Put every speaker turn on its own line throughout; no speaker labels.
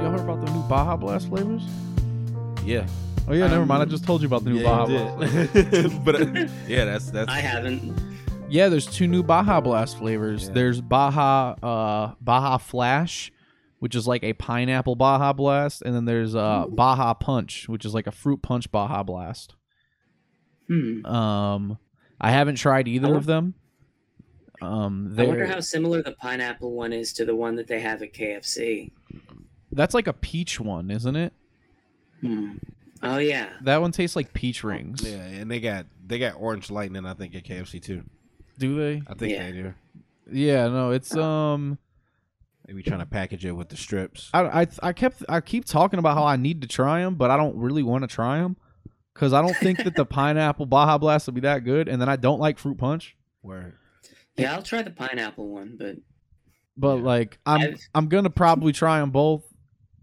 new Baja Blast flavors?
Yeah,
Oh yeah, never
Um,
mind. I just told you about the new
yeah,
Baja
you
Blast. flavors.
did. but uh, yeah, that's that's
I haven't.
Yeah, there's two new Baja Blast flavors.
Yeah.
There's Baja uh Baja Flash, which is like a pineapple Baja Blast, and then there's uh Baja Punch, which is like a fruit punch Baja Blast.
Hmm.
Um I haven't tried either
wonder-
of them. Um
I wonder
they're,
how similar the pineapple one is to the one that they have at KFC.
that's like a peach one, isn't it?
Hmm. Oh yeah.
That one tastes like peach rings.
yeah, and they got they got orange lightning. I think at KFC too.
Do they?
I think
Yeah.
they do.
Yeah, no, it's
Uh,
um
They be trying to package it with the strips.
I, I I kept I keep talking about how I need to try them, but I don't really want to try them because I don't think that the pineapple Baja Blast will be that good, and then I don't like fruit punch.
Word.
Yeah, I'll try the pineapple one, but
But
Yeah.
like I'm
I've-
I'm gonna probably try them both.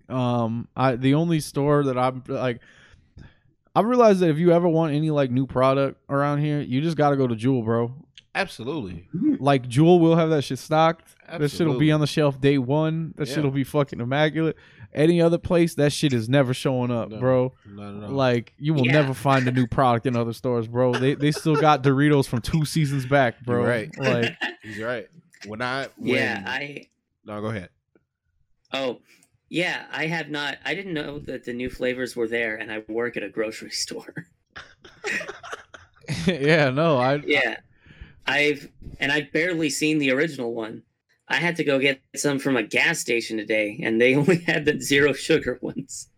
Um, I the only store that I'm like. I realized that if you ever want any like new product around here, you just gotta go to Jewel, bro.
Absolutely.
Like Jewel will have that shit stocked. That shit'll be
Absolutely.
on the shelf day one. That
Yeah.
shit'll be fucking immaculate. Any other place, that shit is never showing up,
No.
bro.
No, no, no.
Like you will
Yeah.
never find a new product in other stores, bro. They they still got Doritos from two seasons back, bro.
You're right.
Like
He's right. When I when,
yeah, I
no, go ahead.
oh yeah, I have not. I didn't know that the new flavors were there, and I work at a grocery store.
yeah, no, I
yeah, I've and I've barely seen the original one. I had to go get some from a gas station today, and they only had the zero sugar ones.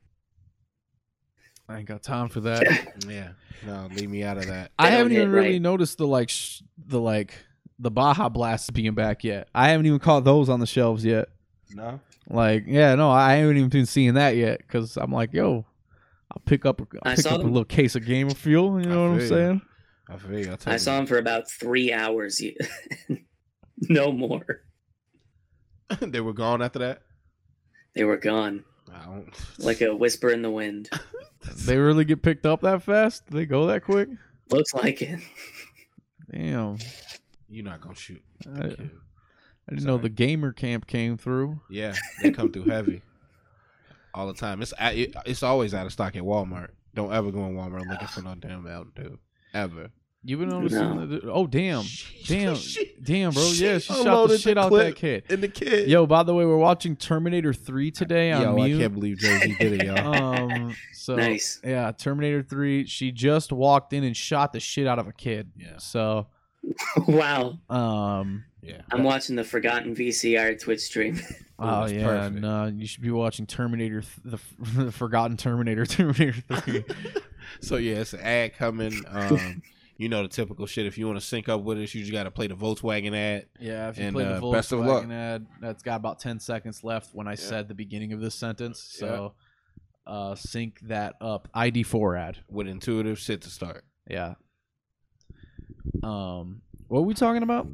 I ain't got time for that.
Yeah. No, leave me out of that.
I
don't
haven't
hit
even really
right.
noticed the like sh- the like the Baja Blast being back yet. I haven't even caught those on the shelves yet.
No.
Like, yeah, no, I haven't even been seeing that yet because I'm like, yo, I'll pick up, I'll
I
pick
saw
up a
them.
little case of Gamer Fuel. You
I
know what I'm
feel you.
saying?
I feel you. I,
I saw them for about three hours, no more.
they were gone after that.
They were gone
I don't.
like a whisper in the wind.
They really get picked up that fast? They go that quick?
Looks like it.
Damn,
You're not gonna shoot.
I, I
Thank you.
didn't know
Sorry.
the Gamer Camp came through.
Yeah, they come through heavy all the time. It's at- it- it's always out of stock at Walmart. Don't ever go in Walmart looking for no damn Mountain Dew ever.
You've been noticing?
No.
that- oh damn,
She-
damn,
she-
damn, bro. yeah,
she
she shot
unloaded
the
the
shit out
clip.
that kid.
and the kid.
Yo, by the way, we're watching Terminator 3 today on
Yo, I
mute.
can't believe Jay Z did it, y'all.
Um, so
nice.
yeah, Terminator 3. She just walked in and shot the shit out of a kid.
Yeah.
So
wow.
um,
yeah,
I'm watching the Forgotten VCR Twitch stream.
Ooh,
oh
that's
yeah,
perfect.
no, you should be watching Terminator, th- the, f- the Forgotten Terminator, Terminator 3.
So yeah, it's an ad coming. Um, you know the typical shit. If you want to sync up with us, you just got to play the Volkswagen ad.
Yeah, if you
And,
play the
uh,
Volkswagen
best of luck.
ad, that's got about ten seconds left when I said the beginning of this sentence. So uh sync that up. ID four ad.
with intuitive shit to start.
Yeah. Um what are we talking about?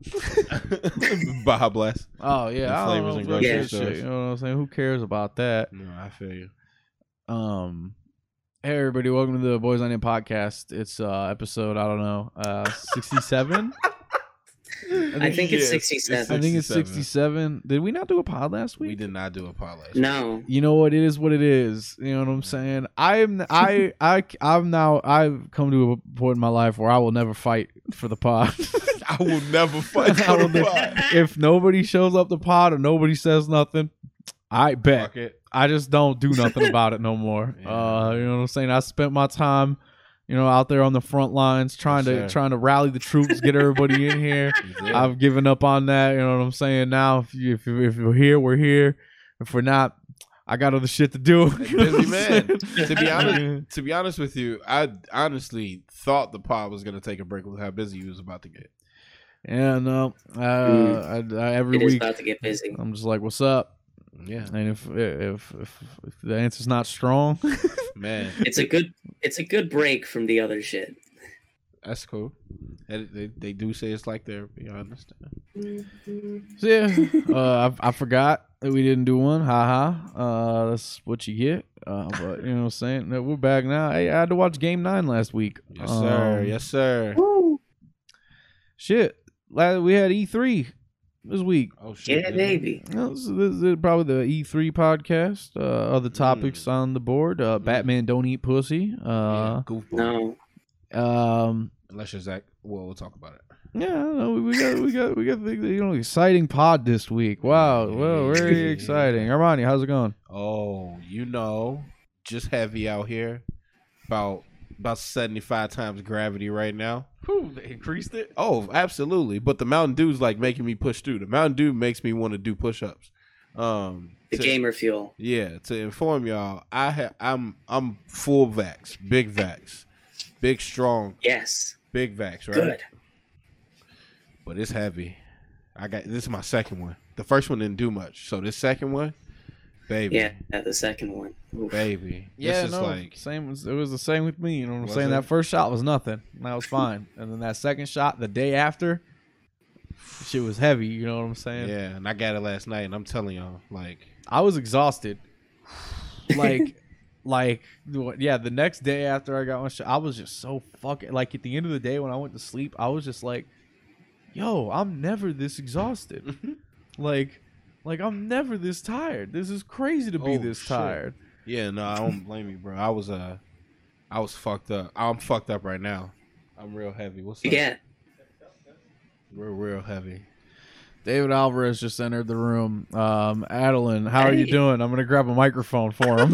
Baja bless.
Oh yeah,
The
I don't
flavors
know
and
about
grocery
that shit,
stores.
You know what I'm saying? Who cares about that?
No, I feel you.
Um Hey everybody, welcome to the Boys on End podcast. It's uh episode, I don't know, uh sixty seven?
I think it's
Yes,
67.
I think it's sixty seven. Did we not do a pod last week?
We did not do a parlay.
No.
you know what it is what it is you know what i'm saying i'm i i i'm now i've come to a point in my life where i will never fight for the pod
I will never fight
I will
for the
never-
pod.
if nobody shows up the pod or nobody says nothing i bet
Fuck it.
i just don't do nothing about it no more
Yeah.
uh you know what i'm saying i spent my time you know out there on the front lines trying to
sir.
trying to rally the troops get everybody in here I've given up on that. You know what I'm saying? Now, if you, if you, if you're here, we're here. If we're not, I got other shit to do.
A
You know
busy
what I'm saying?
man. to be honest, to be honest with you, I honestly thought the pod was gonna take a break with how busy he was about to get.
yeah, no. Uh,
Mm.
I, I, every
It is
week,
about to get busy.
I'm just like, "What's up?"
Yeah,
And if if if, if the answer's not strong,
man,
It's a good it's a good break from the other shit.
that's cool. They, they, they do say it's like therapy. I understand.
so yeah, uh, I, I forgot that we didn't do one. Ha ha. Uh, that's what you get. Uh, but you know what I'm saying? No, We're back now. Hey, I had to watch Game Nine last week.
Yes, sir.
Um,
yes, sir.
Shit. Last, we had E3. E this week.
Oh shit.
Yeah,
dude.
baby.
Well, This is, this is probably the E3 podcast. Uh, other topics on the board: uh,
Mm.
Batman don't eat pussy.
Yeah,
Uh,
goofball.
No.
um,
Unless you're Zach. Well, we'll talk about it.
yeah, I don't know. we got we got we got the, you know exciting pod this week. Wow, well, very
Yeah.
exciting. Armani, how's it going?
Oh, you know, just heavy out here. About about seventy five times gravity right now.
Whew, they increased it.
Oh, absolutely. But the Mountain Dew's like making me push through. The Mountain Dew makes me want to do push ups. Um,
The
to-
gamer fuel.
Yeah, to inform y'all, I ha- I'm I'm full vax, big vax, big strong,
Yes.
big vax, right?
Good.
But it's heavy. I got this is my second one. The first one didn't do much, so this second one, baby,
Yeah, the second one. Oof.
baby,
Yeah,
this
no,
is like
same. was- It was the same with me. You know what I'm
Was
saying?
it?
That first shot was nothing. and That was fine. and then that second shot, the day after, shit was heavy. You know what I'm saying?
yeah, and I got it last night, and I'm telling y'all, like,
I was exhausted. Like, like, what- yeah. The next day after I got my shot, I was just so fucking. Like at the end of the day when I went to sleep, I was just like, "Yo, I'm never this exhausted. like, like I'm never this tired. This is crazy to be
Oh,
this
shit.
tired."
yeah, no, I don't blame you, bro. I was uh, I was fucked up. I'm fucked up right now. I'm real heavy. What's up?
Yeah.
real real heavy.
David Alvarez just entered the room. Um, Adeline, how are you
Hey.
doing? I'm gonna grab a microphone for him.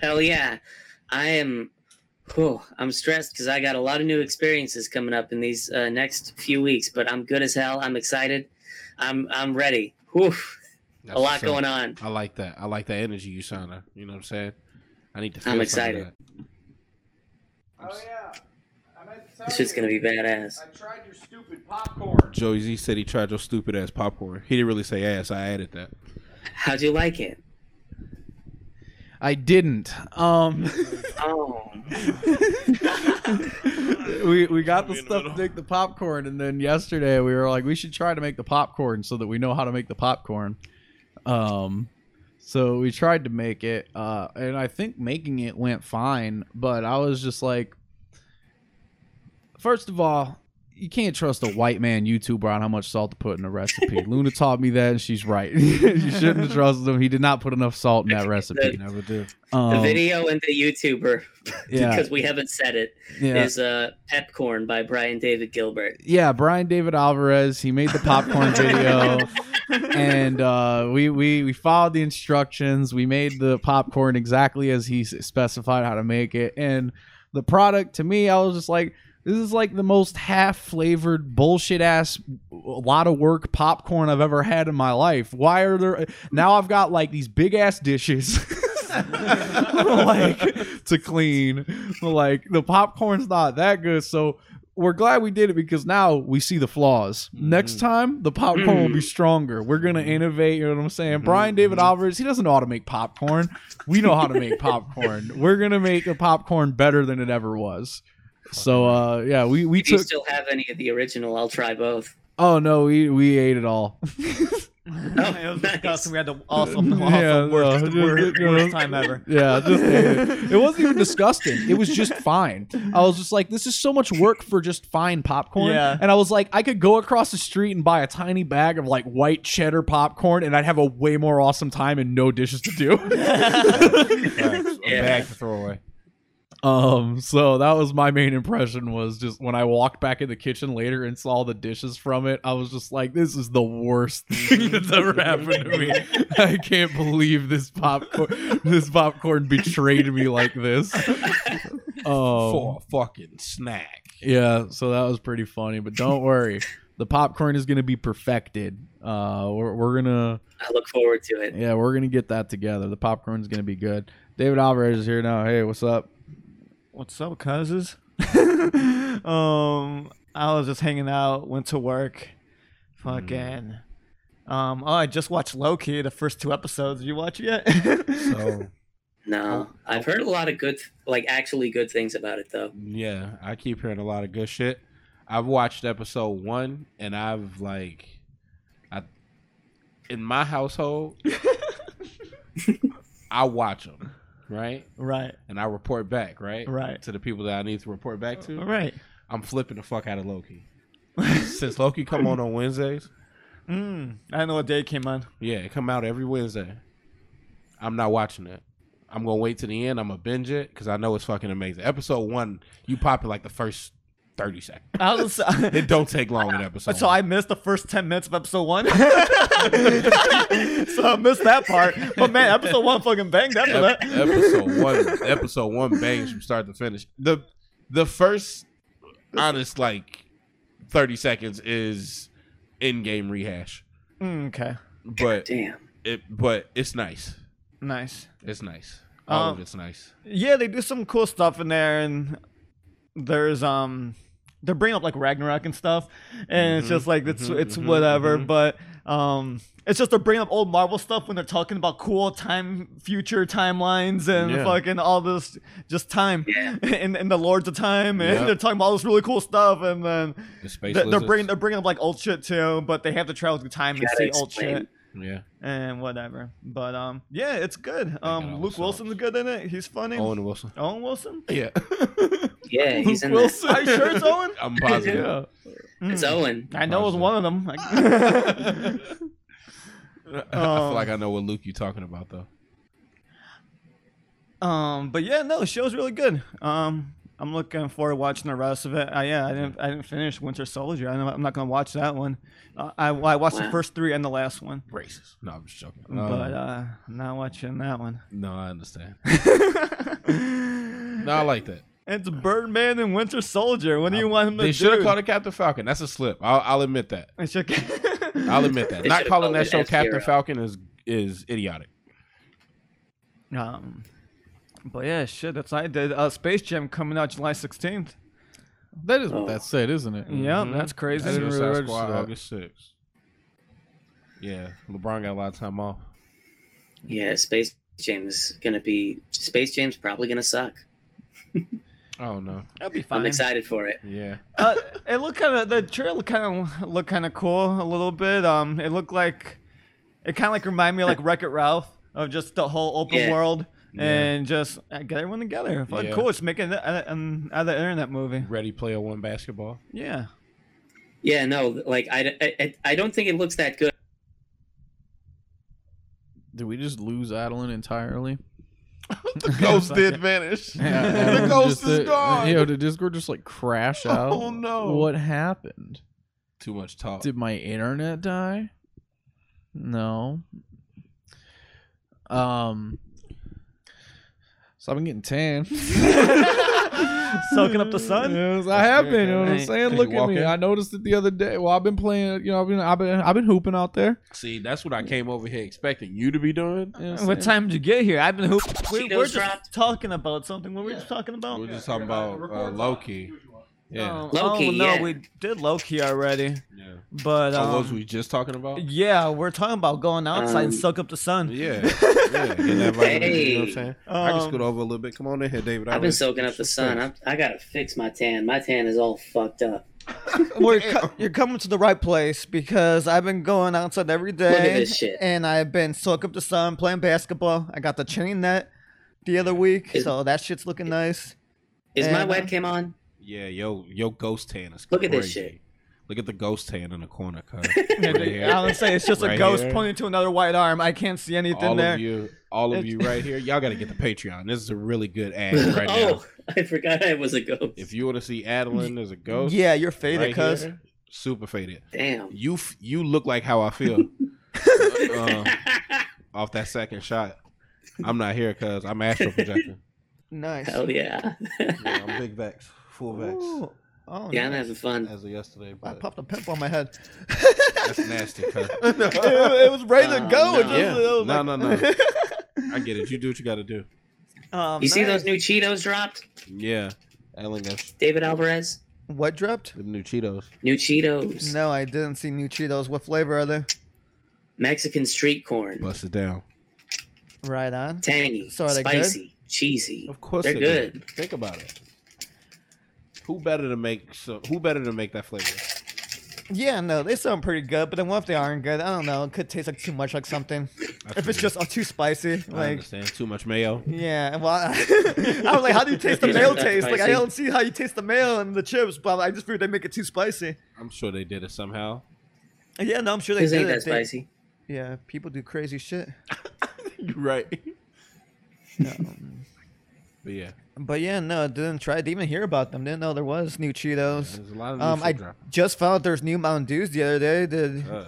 Hell yeah. I am. Whew, I'm stressed because I got a lot of new experiences coming up in these uh, next few weeks, but I'm good as hell. I'm excited. I'm I'm ready. Whew, a lot going on.
I like that. I like that energy you sound. You know what I'm saying? I need to. Feel
I'm
some of
excited.
that.
yeah, I meant to tell
It's just gonna be badass.
tried your stupid popcorn.
Joey Z said he tried your stupid ass popcorn. He didn't really say ass. I added that.
How'd you like it?
I didn't. Um,
Oh,
we we got the
Be in the
stuff to
middle.
make the popcorn, and then yesterday we were like, we should try to make the popcorn so that we know how to make the popcorn. Um, so we tried to make it, uh, and I think making it went fine, but I was just like, first of all. You can't trust a white man YouTuber on how much salt to put in a recipe. Luna taught me that, and she's right. you shouldn't have trusted him. He did not put enough salt in that recipe.
Never do.
the
Um,
video and the YouTuber
yeah,
because we haven't said it is
yeah.
uh, Pepcorn by Brian David Gilbert.
yeah, Brian David Alvarez. He made the popcorn video, and uh, we we we followed the instructions. We made the popcorn exactly as he s- specified how to make it, and the product to me, I was just like, this is like the most half flavored bullshit ass lot of work popcorn I've ever had in my life. Why are there now? I've got like these big ass dishes. like to clean like the popcorn's not that good so we're glad we did it because now we see the flaws. Next
Mhm.
time, the popcorn will be stronger. We're gonna innovate. You know what I'm saying? Brian David
Mhm.
Alvarez, he doesn't know how to make popcorn. We know how to make popcorn. We're gonna make the popcorn better than it ever was. So uh, yeah, we we
If you
took.
still have any of the original, I'll try both.
Oh no, we we ate it all.
it was
nice.
disgusting. We had the awesome,
Yeah,
awesome worst,
no,
worst,
you know.
worst time ever.
Yeah, just ate it. It wasn't even disgusting. It was just fine. I was just like, this is so much work for just fine popcorn.
Yeah.
And I was like, I could go across the street and buy a tiny bag of like white cheddar popcorn, and I'd have a way more awesome time and no dishes to do.
Facts. A
Yeah.
bag to throw away.
um. So that was my main impression was just when I walked back in the kitchen later and saw the dishes from it, I was just like, this is the worst thing that's ever happened to me. I can't believe this popcorn. This popcorn betrayed me like this. Oh.
For a fucking snack.
Yeah, so that was pretty funny. But don't worry, the popcorn is gonna be perfected. Uh, we're, we're gonna
I look forward to it.
yeah, we're gonna get that together. The popcorn's gonna be good. David Alvarez is here now. Hey, what's up?
What's up, cousins? um, I was just hanging out, went to work, fucking. Um, oh, I just watched Loki, the first two episodes. Did you watch it yet?
So
No, I've heard a lot of good, like actually good things about it though.
yeah, I keep hearing a lot of good shit. I've watched episode one, and I've like, I in my household, I watch them right,
right,
and I report back right,
right,
to the people that I need to report back to.
right.
I'm flipping the fuck out of Loki. Since Loki come on on Wednesdays,
Mm, I don't know what day it came on.
yeah, it come out every Wednesday. I'm not watching it. I'm gonna wait to the end. I'm gonna binge it because I know it's fucking amazing. Episode one, you pop it like the first thirty seconds.
I was,
It don't take long an episode.
so I missed the first ten minutes of episode one. so I missed that part. But man, episode one fucking banged after
Ep-
that.
episode one episode one bangs from start to finish the the first honest like 30 seconds is in-game rehash
Mm, okay,
but
Damn.
it but it's nice
nice.
it's nice all of
Um,
it's nice
Yeah, they do some cool stuff in there, and there's um, they're bringing up like Ragnarok and stuff, and it's just like it's
mhm,
it's
mhm,
whatever,
mhm.
but um, it's just they're bringing up old Marvel stuff when they're talking about cool time, future timelines, and
Yeah.
fucking all this just time,
Yeah.
and and the Lords of Time, and
Yeah.
they're talking about all this really cool stuff, and then
the space
they, are
lizards.
bringing they're bringing up like old shit too, but they have to travel through time and
Gotta
see old
explain.
shit
yeah
and whatever. But um, yeah, it's good. Um,
all
Luke
sorts.
Wilson's good in it. He's funny.
owen wilson
Owen Wilson?
yeah
Yeah, he's in that.
Wilson. Are you sure it's Owen?
i'm positive
It's
Mm.
Owen.
I know it was
Wilson.
one of them. I-
i feel
Um,
like i know what luke you talking about though
um, but yeah, no, the show's really good. Um, I'm looking forward to watching the rest of it. I, yeah, I didn't, I didn't finish Winter Soldier. I know, I'm not gonna watch that one. Uh, I, well, I watched the
Wow.
first three and the last one,
racist no i'm just joking
but
Um,
uh, I'm not watching that one.
no i understand no i like that
It's Birdman and Winter Soldier. What do you want him to
Uh, they
do?
should have called it captain falcon that's a slip i'll, I'll admit that
They should-
I'll admit that.
They
Not
should've
calling
called
that
it
show Captain
F-Zero.
Falcon is is idiotic.
um, but yeah, shit. That's what I did. Uh, Space Jam coming out July 16th.
That is what
Oh.
that said, isn't it?
Yeah,
Mhm.
that's crazy.
I didn't really
Suicide
register
Squad,
that.
August 6th. uh, Yeah, LeBron got a lot of time off.
Yeah, Space Jam's gonna be Space Jam's probably gonna suck.
I don't know.
That'll be
I'm excited for it.
Yeah,
uh, it looked kind of the trailer kind of looked kind of cool a little bit. Um, it looked like it kind of like reminded me of like Wreck It Ralph of just the whole open
Yeah.
world
Yeah.
and just uh, get everyone together. Fuck,
Yeah.
cool. It's making it uh, um, out of the internet movie.
Ready Player One basketball.
Yeah.
Yeah, no, like I, I, I don't think it looks that good.
Did we just lose Adeline entirely?
The ghost did vanish. the
Adeline
ghost
just-
is
uh,
gone.
Yo, did Discord just like crash out?
Oh, no.
What happened?
Too much talk.
Did my internet die? No. Um. So I've been getting tan.
Soaking up the sun?
Yes, I have
good,
been. You know
man.
what I'm saying?
Could you
Look at
walk
me.
in?
I noticed it the other day. Well, I've been playing. You know, I've been, I've been, I've been hooping out there.
See, that's what I came over here expecting you to be doing.
You know what I'm
What
saying?
time did you get here? I've been hoop. We,
Cheetos
we're just
dropped.
talking about something. What were we just talking about?
We're just talking about uh, Loki. Yeah.
Oh,
Loki,
oh, no,
yeah.
we did Loki already,
yeah.
but um,
oh, was we just talking about?
yeah, we're talking about going outside and
Um,
soak up the sun.
Yeah. yeah. Getting that vitamin D, you know what I'm saying? I can
Um,
scoot over a little bit. Come on in here, David. I
I've been
already-
soaking up the sun. I, I gotta fix my tan. My tan is all fucked up.
We're co- you're coming to the right place because I've been going outside every day.
this shit.
And I've been soaking up the sun, playing basketball. I got the chain net the other week,
Is-
so that shit's looking nice.
Is my
And, uh,
webcam on?
Yeah, yo, yo, ghost tan is
Look at this
crazy.
shit.
Look at the ghost tan in the corner, cuz.
I would say it's just a
Right
ghost
here.
pointing to another white arm. I can't see anything
all
there.
of you, all of
It's-
you right here, y'all got to get the Patreon. This is a really good ad right now.
oh, I forgot I was a ghost.
If you want to see Adeline as a ghost,
yeah, you're faded,
right
cuz.
here, super faded.
Damn.
You f- you look like how I feel uh, off that second shot. I'm not here, cuz I'm astral projecting.
Nice.
Hell yeah.
Yeah, I'm big vex, full vex
Ooh. Oh,
yeah, I'm
nice.
having fun.
as of yesterday,
I
but
popped a pimp on my head.
that's nasty, cuz.
it, it was ready to
Uh,
go.
no.
It just, it was
No,
like-
no, I get it. You do what you got to do.
Um,
You see
nice.
those new Cheetos dropped?
Yeah, Adeline got
David Alvarez?
What dropped?
them new Cheetos.
New Cheetos.
No, I didn't see new Cheetos. What flavor are they?
Mexican street corn.
Bust it down.
Right on.
Tangy.
So are they good?
spicy. Cheesy.
Of course
They're
it is.
good.
Think about it. Who better to make so, who better to make that flavor?
Yeah, no, they sound pretty good, but then what if they aren't good? I don't know. It could taste like too much like something. if it's just oh, too spicy,
I
like
understand. Too much mayo.
yeah. Well, I, was like, how do you taste the
It's
mayo
not
taste? Like I
spicy.
don't see how you taste the mayo and the chips, but I just figured they make it too spicy.
I'm sure they did it somehow.
Yeah, no, I'm sure they
This
did
ain't
it.
that
They-
spicy.
Yeah, people do crazy shit.
You're right.
Um,
But yeah,
but yeah, no, didn't try. Didn't even hear about them. Didn't know there was new Cheetos.
there's a lot of new
Um,
food
I
dropping.
just found out there's new Mountain Dews the other day. Did
Uh,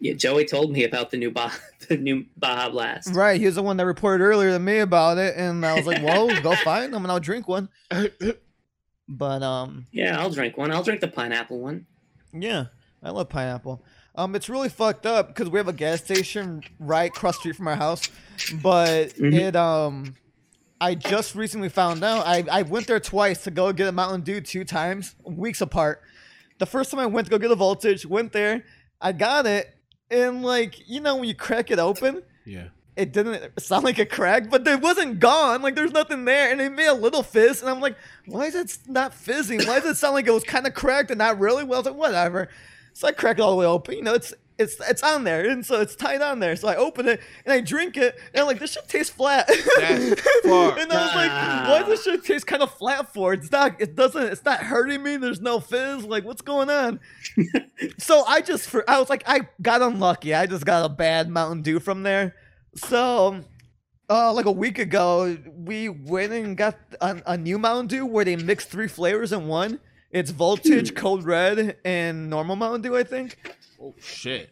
Yeah, Joey told me about the new Baja, the new Baja Blast.
Right, he was the one that reported earlier than me about it, and I was like, "Whoa, go find them, and I'll drink one." But um,
Yeah, I'll drink one. I'll drink the pineapple one.
yeah, I love pineapple. Um, it's really fucked up because we have a gas station right across the street from our house, but
Mhm.
it um, I just recently found out. I I went there twice to go get a Mountain Dew two times, weeks apart. The first time I went to go get a voltage, went there, I got it, and like you know when you crack it open.
yeah.
it didn't sound like a crack, but it wasn't gone. Like there's nothing there, and it made a little fizz. And I'm like, why is it not fizzing? Why does it sound like it was kind of cracked and not really? Well, I was like, whatever. So I crack it all the way open. You know, it's it's it's on there, and so it's tied on there. So I open it and I drink it, and I'm like, this shit tastes flat.
That's fucked.
and I was like, why does this shit taste kind of flat for? It's not. It doesn't. It's not hurting me. There's no fizz. Like what's going on? so I just for I was like I got unlucky. I just got a bad Mountain Dew from there. So, uh, like a week ago, we went and got a, a new Mountain Dew where they mix three flavors in one. It's Voltage, Cold Red, and normal Mountain Dew, I think.
Oh shit.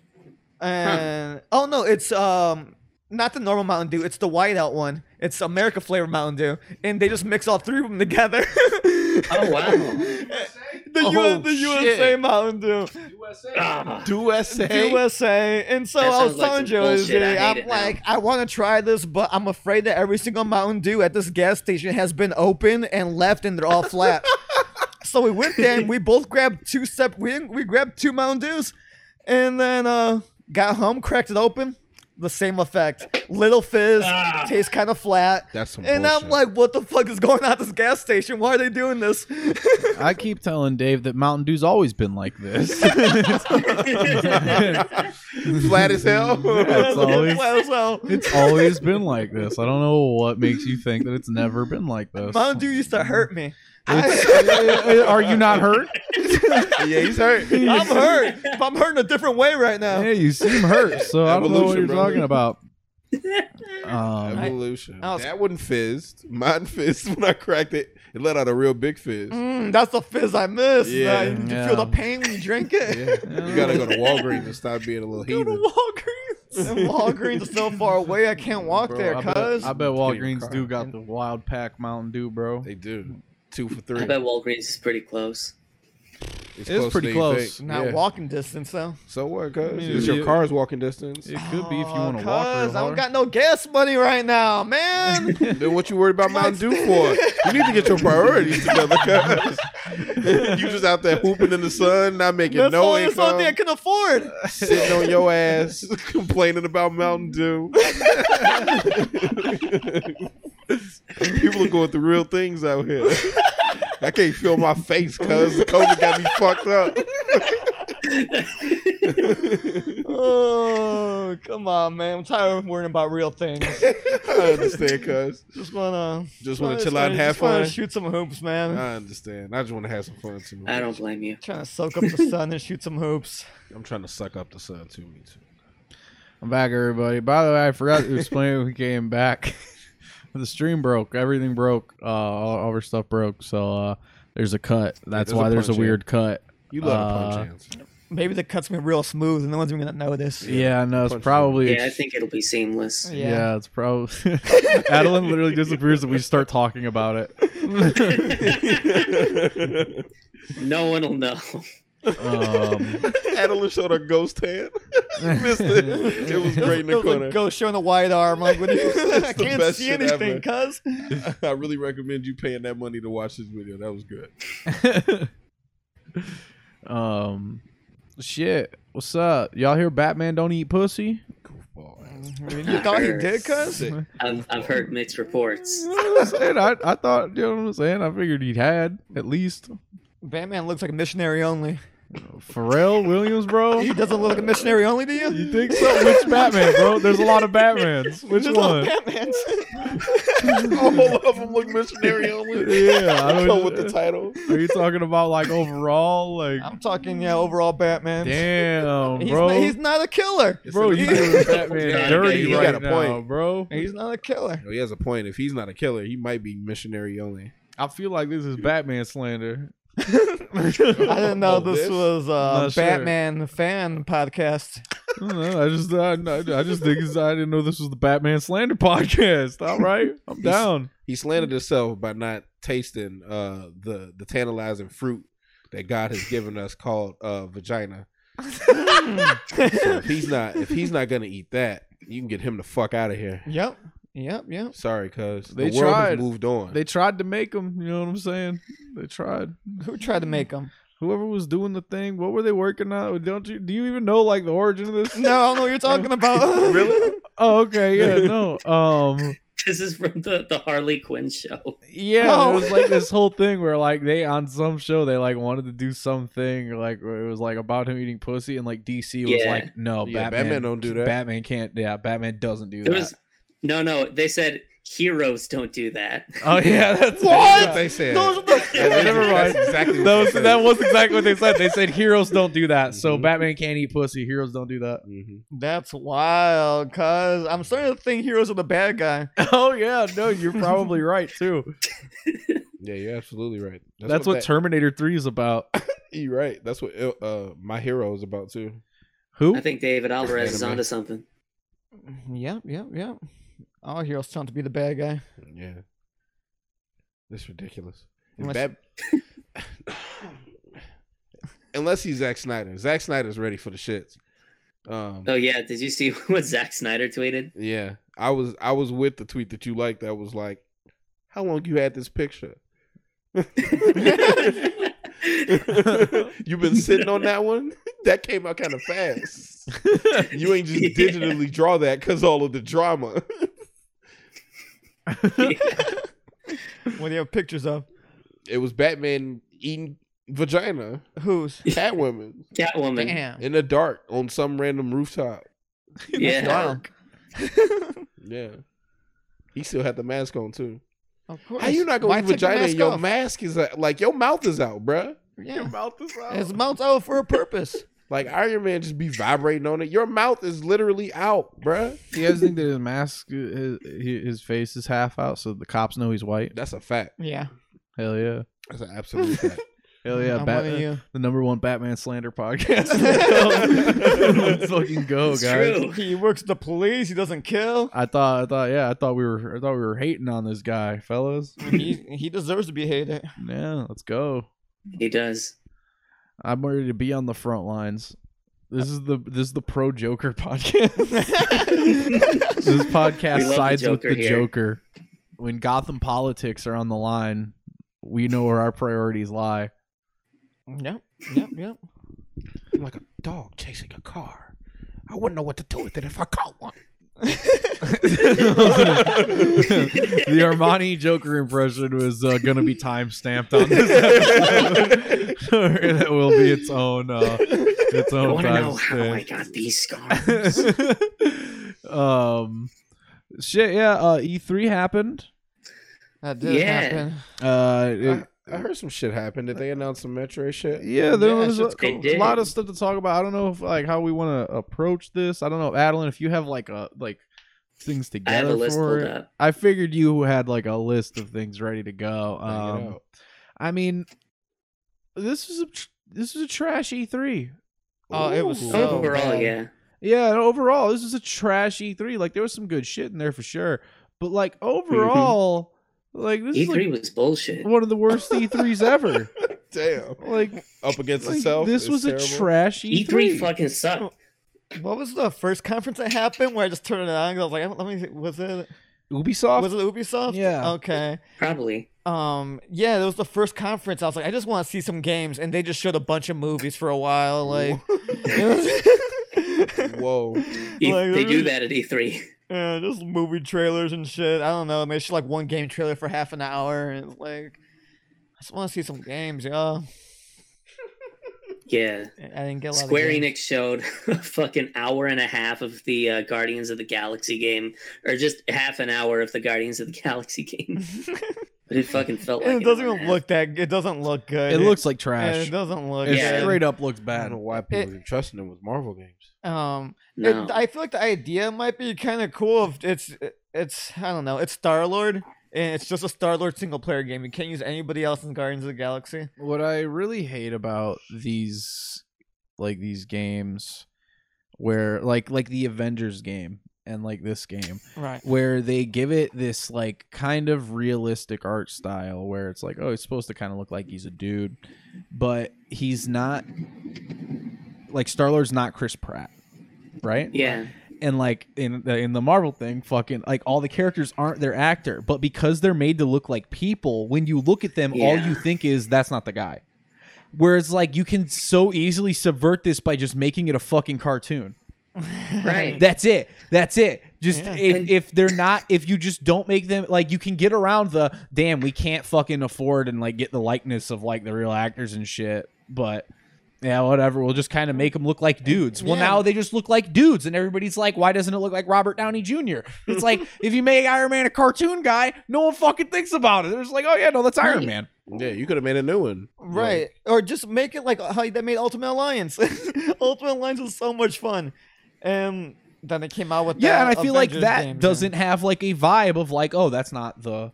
And oh no, it's um not the normal Mountain Dew. It's the whiteout one. It's America flavor Mountain Dew, and they just mix all three of them together.
Oh wow!
the
Oh,
U- the
shit.
USA Mountain Dew.
Ah,
Do USA.
USA. And so
That
I was
sounds like some
telling Joey,
bullshit. I hate
I'm
it now.
like, I want to try this, but I'm afraid that every single Mountain Dew at this gas station has been open and left, and they're all flat. so we went there, and we both grabbed two sep. We didn't- we grabbed two Mountain Dews, and then uh, got home, cracked it open. The same effect. Little fizz,
Ah.
tastes kind of flat.
That's some
and I'm
bullshit.
like, what the fuck is going on at this gas station? Why are they doing this?
I keep telling Dave that Mountain Dew's always been like this.
Flat as hell.
That's always
Well, so-
it's always been like this. I don't know what makes you think that it's never been like this.
Mountain Dew used to hurt me.
It's- uh, are you not hurt?
yeah, he's hurt.
I'm hurt. But I'm hurt in a different way right now.
Yeah, you seem hurt, so I don't know what
Evolution,
you're
bro.
talking about. Um,
Evolution.
I was-
that one fizzed. Mine fizzed when I cracked it. It let out a real big fizz.
Mm, that's the fizz I miss.
Yeah.
Like, you
Yeah.
feel the pain when you drink it.
Yeah. You gotta go to Walgreens and stop being a little
Go to
heathen.
Walgreens. and Walgreens is so far away, I can't walk
Bro,
there,
I bet,
cuz.
I bet Walgreens
car.
do got the Wild Pack Mountain Dew, bro.
They do. Two for
I
three.
bet Walgreens is pretty close.
It's,
pretty
than you
close.
think.
Not
Yeah.
walking distance, though.
So what, cuz?
I mean,
it's
you-
your car's walking distance.
It could be if you
Aw,
want to walk real
I don't
hard.
got no gas money right now, man.
then what you worried about Mountain Dew for? You need to get your priorities together, cuz. you just out there hooping in the sun, not making
that's all
no
that's the only thing I
income,
can afford.
sitting on your ass, complaining about Mountain Dew. People are going through real things out here. I can't feel my face, cuz the COVID got me fucked up.
oh, come on, man. I'm tired of worrying about real things.
I understand, cuz.
Just wanna,
Just wanna
just
chill out and have
just wanna
fun. Uh.
Shoot some hoops, man.
I understand. I just want to have some fun too.
I don't blame you.
Trying to soak up the sun and shoot some hoops.
I'm trying to suck up the sun too. Me too.
I'm back, everybody. By the way, I forgot to explain when we came back. the stream broke. Everything broke. Uh, all, all of our stuff broke. So uh, there's a cut. That's
there's a
why there's a
punch in.
weird cut.
You love to
Uh,
punch hands.
Maybe the cuts me real smooth and no one's even gonna notice.
Yeah, no, it's
Punch in.
probably.
Yeah, I think it'll be seamless.
yeah. it's probably. Adeline literally disappears and we start talking about it.
No one will know.
um,
Adeline showed a ghost hand. Missed it. It was right in the
Those look
corner.
ghosts showing a wide arm. Like, what do you- I
the
can't
best
see
shit
anything,
ever.
cuz.
I really recommend you paying that money to watch this video. That was good.
um, shit. What's up? Y'all hear Batman don't eat pussy?
Goofball.
You thought he did, cuz?
Mm-hmm. Sick.
I've, I've heard mixed reports.
You know what I'm saying? I, I thought, you know what I'm saying? I figured he'd had at least.
Batman looks like a missionary only.
Pharrell Williams, bro.
He doesn't look like a missionary only to you?
You think so? Which Batman, bro? There's a lot of Batmans. Which
There's
one?
no Batmans.
All of them look missionary only.
Yeah, I
I
don't
don't with the title.
Are you talking about like overall? Like,
I'm talking, yeah, overall Batman.
damn,
he's,
bro.
Not, he's not a killer.
bro, you doing Batman
Yeah,
dirty
you
right
got a
now,
point.
bro.
He's not a killer.
He has a point. If he's not a killer, he might be missionary only.
I feel like this is Batman slander.
I didn't know
Oh,
this,
this?
was a
Not sure.
Batman fan podcast.
I don't know. I just, I, I just think it's- I didn't know this was the Batman slander podcast. All right, I'm
He's-
down.
He slandered himself by not tasting uh, the the tantalizing fruit that God has given us called uh, vagina. So if he's not if he's not gonna eat that, you can get him the fuck out of here.
yep. Yep. Yep.
Sorry, cuz the
They
world
tried.
has moved on.
They tried to make him. You know what I'm saying? They tried.
Who tried to make him?
Whoever was doing the thing, what were they working on? Don't you? Do you even know like the origin of this?
No, I don't know what you're talking about.
Really?
Oh, okay, yeah, no. Um,
This is from the, the Harley Quinn show.
yeah,
Oh.
it was like this whole thing where like they on some show they like wanted to do something like where it was like about him eating pussy and like DC was
Yeah.
like, no,
Yeah,
Batman,
Batman don't do that.
Batman can't. Yeah, Batman doesn't do
There
that.
was no, no. They said heroes don't do that.
oh yeah, that's
That's what they said.
Those are the-
That's-
Never mind.
that's Exactly.
That
what
was,
they
that was exactly what they said. They said heroes don't do that. So
Mhm.
Batman can't eat pussy. Heroes don't do that.
Mhm.
That's wild, cuz I'm starting to think heroes are the bad guy.
Oh yeah, no, you're probably right too.
Yeah, you're absolutely right.
That's, what,
that-
Terminator Three is about.
You're right. That's what uh, my hero is about too.
Who?
I think David Alvarez is
Wait a
onto
minute.
something.
Yep, yep, yep. All heroes trying to be the bad guy.
Yeah, that's ridiculous. If
Unless-
Bat- Unless he's Zack Snyder, Zack Snyder's ready for the shits. Um,
Oh yeah, did you see what Zack Snyder tweeted?
yeah, I was I was with the tweet that you liked. That was like, how long you had this picture? You've been sitting on that one. That came out kind of fast. You ain't just
Yeah.
digitally draw that because all of the drama.
What do you have pictures of?
It was Batman eating vagina,
Who's?
Catwoman
Catwoman.
Damn.
in the dark on some random rooftop.
Yeah.
Dark.
Yeah. He still had the mask on too.
Of course.
How you not gonna
Why
eat
take the
vagina?
mask
and your
off?
mask is out, like your mouth is out, bruh.
Yeah.
mouth is
His mouth's out for a purpose.
Like Iron Man just be vibrating on it. Your mouth is literally out, bruh.
Do you guys think that his mask, uh, his, his face is half out, so the cops know he's white?
That's a fact.
Yeah.
Hell yeah,
That's an absolute fact.
hell
Mm,
yeah!
I'm one of
Batman,
you.
the number one Batman slander podcast. Let's fucking
Oh,
go,
It's
guys.
true.
He works with the police. He doesn't kill.
I thought, I thought, yeah, I thought we were, I thought we were hating on this guy, fellas.
he, he deserves to be hated.
Yeah, let's go.
He does.
I'm ready to be on the front lines. This is the this is the pro Joker podcast. this
We love
podcast
the
sides with
Joker
the
here.
Joker. When Gotham politics are on the line, we know where our priorities lie.
Yep. Yep. Yep.
I'm like a dog chasing a car. I wouldn't know what to do with it if I caught one.
the Armani Joker impression was uh, going to be time stamped on this episode. it will be its own uh, its
I
Oh,
own
want to
time
know how I
stamp.
got these scars.
um, shit, yeah. Uh, E3 happened.
That did
Yeah.
happen.
Uh, it-
I, I heard some shit happen. Did they announce some Metro
Uh,
shit?
yeah, there
Yeah,
was a,
shit's
cool.
a lot of stuff to talk about. I don't know if like how we want to approach this. I don't know, Adeline, if you have like a like things
I have
together
a list
for
pulled
it.
up.
I figured you had like a list of things ready to go.
Bring it
Um,
out.
I mean, this is a tr- this is a trash E E3.
Oh, it was
Ooh.
so-
Overall,
bad.
yeah.
Yeah, and overall, this is a trash E3. Like there was some good shit in there for sure, but like
Mhm.
overall, like this is
E3
like
E was bullshit.
one of the worst E3s ever.
Damn.
Like,
Up against
like,
itself.
this
is
was a
terrible.
trash E
E3,
E3.
E
E
fucking sucked.
What was the first conference that happened where I just turned it on? 'cause I was like, I don't- let me. see, Was it?
Ubisoft.
Was it Ubisoft?
Yeah.
Okay.
Probably.
Um. Yeah, that was the first conference. I was like, I just want to see some games, and they just showed a bunch of movies for a while. Like, it was-
Whoa.
E-
Like,
they
it
do
was-
that at E3.
Yeah, just movie trailers and shit. I don't know. I mean, it's just like one game trailer for half an hour, and it's like, I just want to see some games, y'all.
yeah.
I didn't get a lot of
Square
games.
Enix showed a fucking hour and a half of the uh, Guardians of the Galaxy game, or just half an hour of the Guardians of the Galaxy game. But it fucking felt like
it
an
doesn't
hour and
even
a half.
look that. It doesn't look good.
It looks like
Yeah, It
trash.
doesn't look.
It
Yeah.
good.
straight up looks
I don't know
bad.
why people
It-
been trusting them with Marvel games.
Um,
No.
it- I feel like the idea might be kind of cool. If it's, it's, I don't know. It's Star Lord, and it's just a Star Lord single player game. You can't use anybody else in Guardians of the Galaxy.
What I really hate about these, like these games, where like like the Avengers game and like this game,
Right.
where they give it this like kind of realistic art style where it's like oh it's supposed to kind of look like he's a dude but he's not like star lord's not chris pratt right
yeah.
and like in the, in the marvel thing fucking like all the characters aren't their actor but because they're made to look like people when you look at them all
Yeah.
you think is that's not the guy whereas like you can so easily subvert this by just making it a fucking cartoon
Right.
that's it. That's it. Just
Yeah.
if,
And-
if they're not, if you just don't make them like, you can get around the damn. We can't fucking afford and like get the likeness of like the real actors and shit. But yeah, whatever. We'll just kind of make them look like dudes. Well,
Yeah.
now they just look like dudes, and everybody's like, why doesn't it look like Robert Downey Jr.? It's like if you make Iron Man a cartoon guy, no one fucking thinks about it. They're just like, oh yeah, no, that's Iron
Right.
Man.
Yeah, you could have made a new one.
Right. Or just make it like how they made Ultimate Alliance. Ultimate Alliance was so much fun. And then it came out with
Yeah, and
that
I feel like
Avengers
that
game,
doesn't have like a vibe of like, oh, that's not the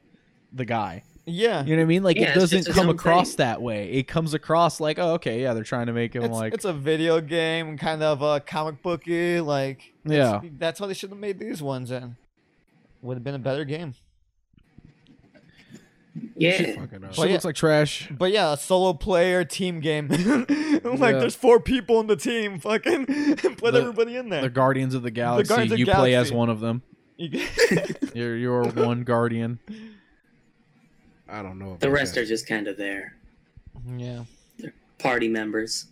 the guy.
Yeah.
You know what I mean? Like
Yeah,
it
it's
doesn't
just its
come
own
across
thing.
that way. It comes across like, oh, okay, yeah, they're trying to make him
It's,
like,
it's a video game, kind of a comic booky, like
yeah,
it's- That's how they should have made these ones. And would have been a better game.
Yeah.
Fucking uh, up.
she
Well, yeah.
looks like trash.
But yeah, a solo player team game. like
Yeah.
there's four people on the team. Fucking put
The-
everybody in
The
there.
Guardians of the Galaxy.
Guardians of
you play as
Galaxy.
one of them.
You-
You're you're one guardian.
I don't know.
The
about
rest
that.
are just kind of there.
yeah.
Party members.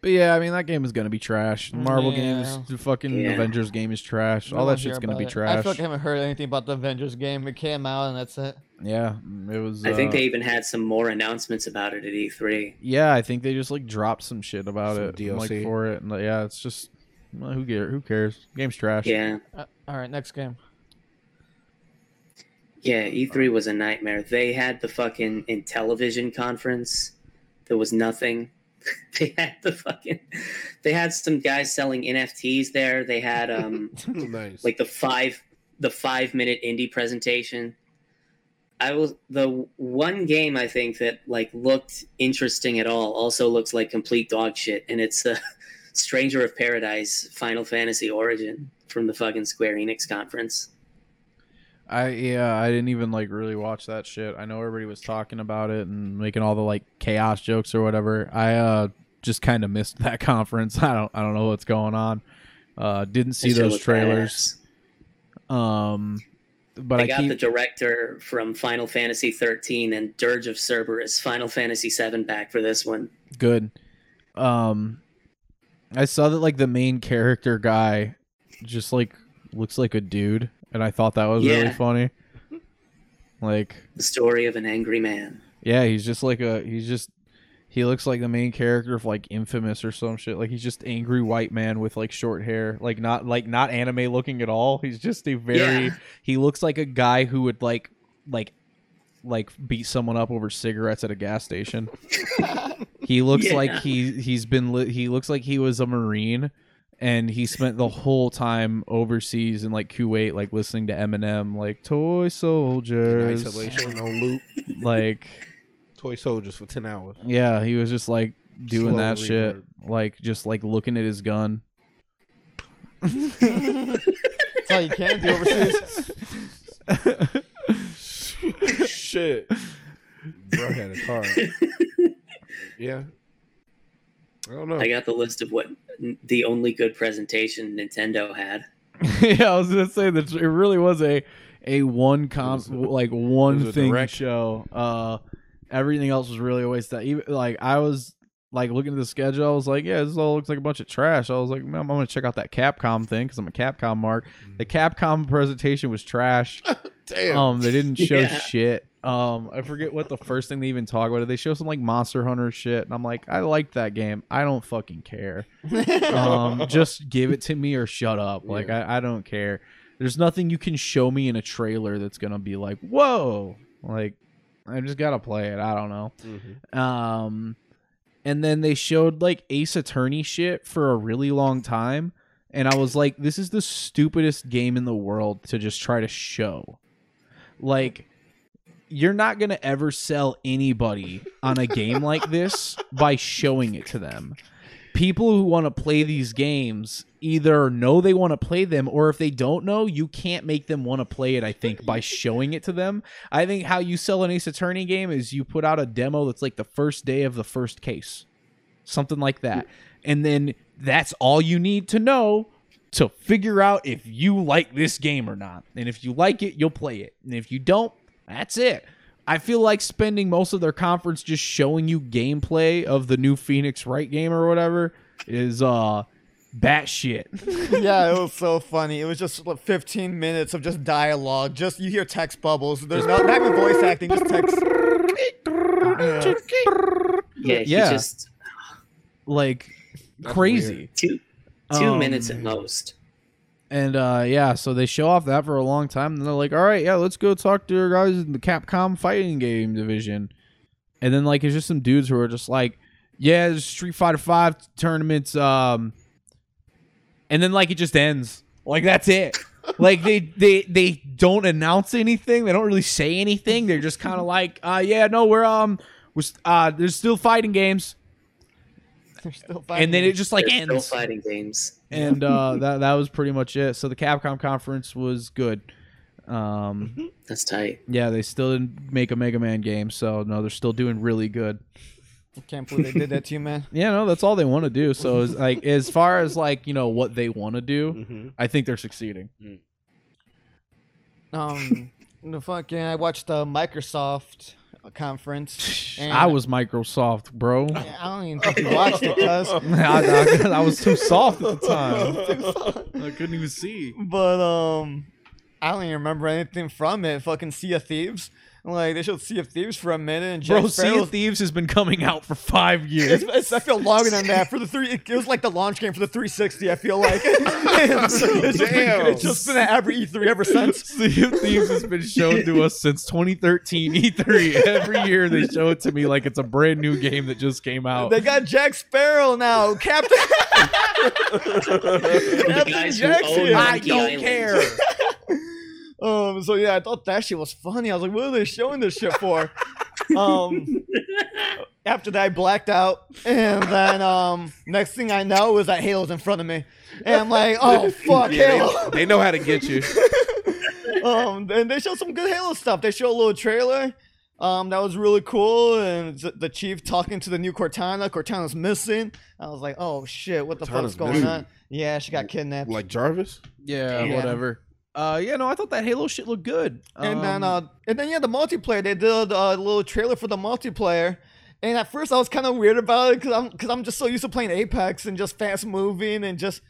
But yeah, I mean that game is gonna be trash. The Marvel
Yeah.
games, the fucking
Yeah.
Avengers game is trash.
I
All
wanna
that
hear
shit's gonna
about
be
it. I
trash.
feel like I haven't heard anything about the Avengers game. It came out and that's it.
yeah, mm, it was.
I think
uh,
they even had some more announcements about it at E E3.
Yeah, I think they just like dropped some shit about
Some
it, like
DLC.
for it, and like, yeah, it's just well, who care? Who cares? Game's trash.
Yeah.
Uh, all right, next game.
Yeah, E3 was a nightmare. They had the fucking Intellivision conference. There was nothing. they had the fucking. They had some guys selling NFTs there. They had um
nice.
like the five the five minute indie presentation. I was the one game I think that like looked interesting at all. Also looks like complete dog shit, and it's uh, Stranger of Paradise Final Fantasy Origin from the fucking Square Enix conference.
I yeah, I didn't even like really watch that shit. I know everybody was talking about it and making all the like chaos jokes or whatever. I uh just kind of missed that conference. I don't I don't know what's going on. Uh didn't see
They still
those
look
trailers.
badass.
Um but
They
I
got
keep
the director from Final Fantasy 13 and Dirge of Cerberus Final Fantasy 7 back for this one.
good. Um I saw that like the main character guy just like looks like a dude and I thought that was really
Yeah.
funny. Like
The story of an angry man.
Yeah, he's just like a he's just he looks like the main character of like Infamous or some shit. Like he's just angry white man with like short hair, like not like not anime looking at all. He's just a very
Yeah.
he looks like a guy who would like like like beat someone up over cigarettes at a gas station. he looks
Yeah.
like he he's been li- he looks like he was a marine and he spent the whole time overseas in like Kuwait like listening to Eminem like toy
In
soldiers
isolation on loop.
like
Toy soldiers for ten hours.
yeah, he was just like doing
Slow
that shit,
reverb.
like just like looking at his gun.
That's all you can do overseas.
shit. Bro had a car. yeah. I don't know.
Oh.
I got the list of what n- the only good presentation Nintendo had.
yeah, I was gonna say that it really was a a one comp
It was a-
like
it
one
was a
thing
direct.
show. Uh, everything else was really a waste. That even like I was like looking at the schedule, I was like, yeah, this all looks like a bunch of trash. I was like, man, I'm gonna check out that Capcom thing because I'm a
Mm.
Capcom mark. The Capcom presentation was trash.
Damn.
Um, they didn't show
Yeah.
shit. Um, I forget what the first thing they even talk about. They show some like Monster Hunter shit, and I'm like, I like that game. I don't fucking care. Um, just give it to me or shut up. Like I, I don't care. There's nothing you can show me in a trailer that's gonna be like, whoa. Like I just gotta play it. I don't know.
Mhm.
Um, and then they showed like Ace Attorney shit for a really long time, and I was like, this is the stupidest game in the world to just try to show. Like, you're not gonna ever sell anybody on a game like this by showing it to them. People who want to play these games either know they want to play them, or if they don't know, you can't make them want to play it. I think by showing it to them. I think how you sell an Ace Attorney game is you put out a demo that's like the first day of the first case, something like that, and then that's all you need to know to figure out if you like this game or not. And if you like it, you'll play it, and if you don't, that's it. I feel like spending most of their conference just showing you gameplay of the new Phoenix Wright game or whatever is uh batshit.
yeah, it was so funny. It was just like 15 minutes of just dialogue. Just you hear text bubbles. There's not, not even voice acting, just text. Yeah.
Yeah, he
Yeah.
just
like
That's
crazy.
weird.
two two
Um,
minutes at most.
And uh, yeah, so they show off that for a long time, and they're like, "All right, yeah, let's go talk to your guys in the Capcom fighting game division." And then like it's just some dudes who are just like, "Yeah, there's Street Fighter Five tournaments," um, and then like it just ends. Like that's it. like they they they don't announce anything. They don't really say anything. They're just kind of like, uh, "Yeah, no, we're um, we're st- uh, there's still fighting games,"
They're still
and then it just like
They're still
ends
fighting games.
and uh, that that was pretty much it. So the Capcom conference was good. Um,
That's tight.
yeah, they still didn't make a Mega Man game, so no, they're still doing really good.
I can't believe they did that to you, man.
Yeah, no, that's all they want to do. So as like as far as like you know what they want to do,
Mhm.
I think they're succeeding.
Um, the fucking I watched the Microsoft conference. And
I was Microsoft, bro.
I don't even think you watched it, cuz.
I, I- I was too soft at the time. I couldn't even see.
But um, I don't even remember anything from it. Fucking Sea of Thieves. Like they showed Sea of Thieves for a minute, and Jack
Bro, Sea
Sparrow's-
of Thieves has been coming out for five years.
It's, it's, I feel longer than that for the three. It was like the launch game for the 360. I feel like it's, just been, it's just been at every E3 ever since.
Sea of Thieves has been shown to us since 2013 E3. Every year they show it to me like it's a brand new game that just came out.
They got Jack Sparrow now, Captain.
The
Captain
guys who
Jack's
own
here.
I
Monkey
don't
Island.
care.
Um, so yeah, I thought that shit was funny. I was like, what are they showing this shit for? um, after that, I blacked out, and then um, next thing I know is that Halo's in front of me, and I'm like, oh fuck, Halo.
Yeah, they, they know how to get you.
um, and they show some good Halo stuff. They show a little trailer. Um, that was really cool, and th- the chief talking to the new Cortana. Cortana's missing. I was like, "Oh shit, what the
Cortana's
fuck's going
missing?
on?" Yeah, she got kidnapped.
Like Jarvis?
Yeah,
Yeah.
whatever. Uh, yeah, no, I thought that Halo shit looked good.
and then,
Um,
uh, and then yeah, the multiplayer. They did a uh, little trailer for the multiplayer. And at first, I was kind of weird about it because I'm because I'm just so used to playing Apex and just fast moving and just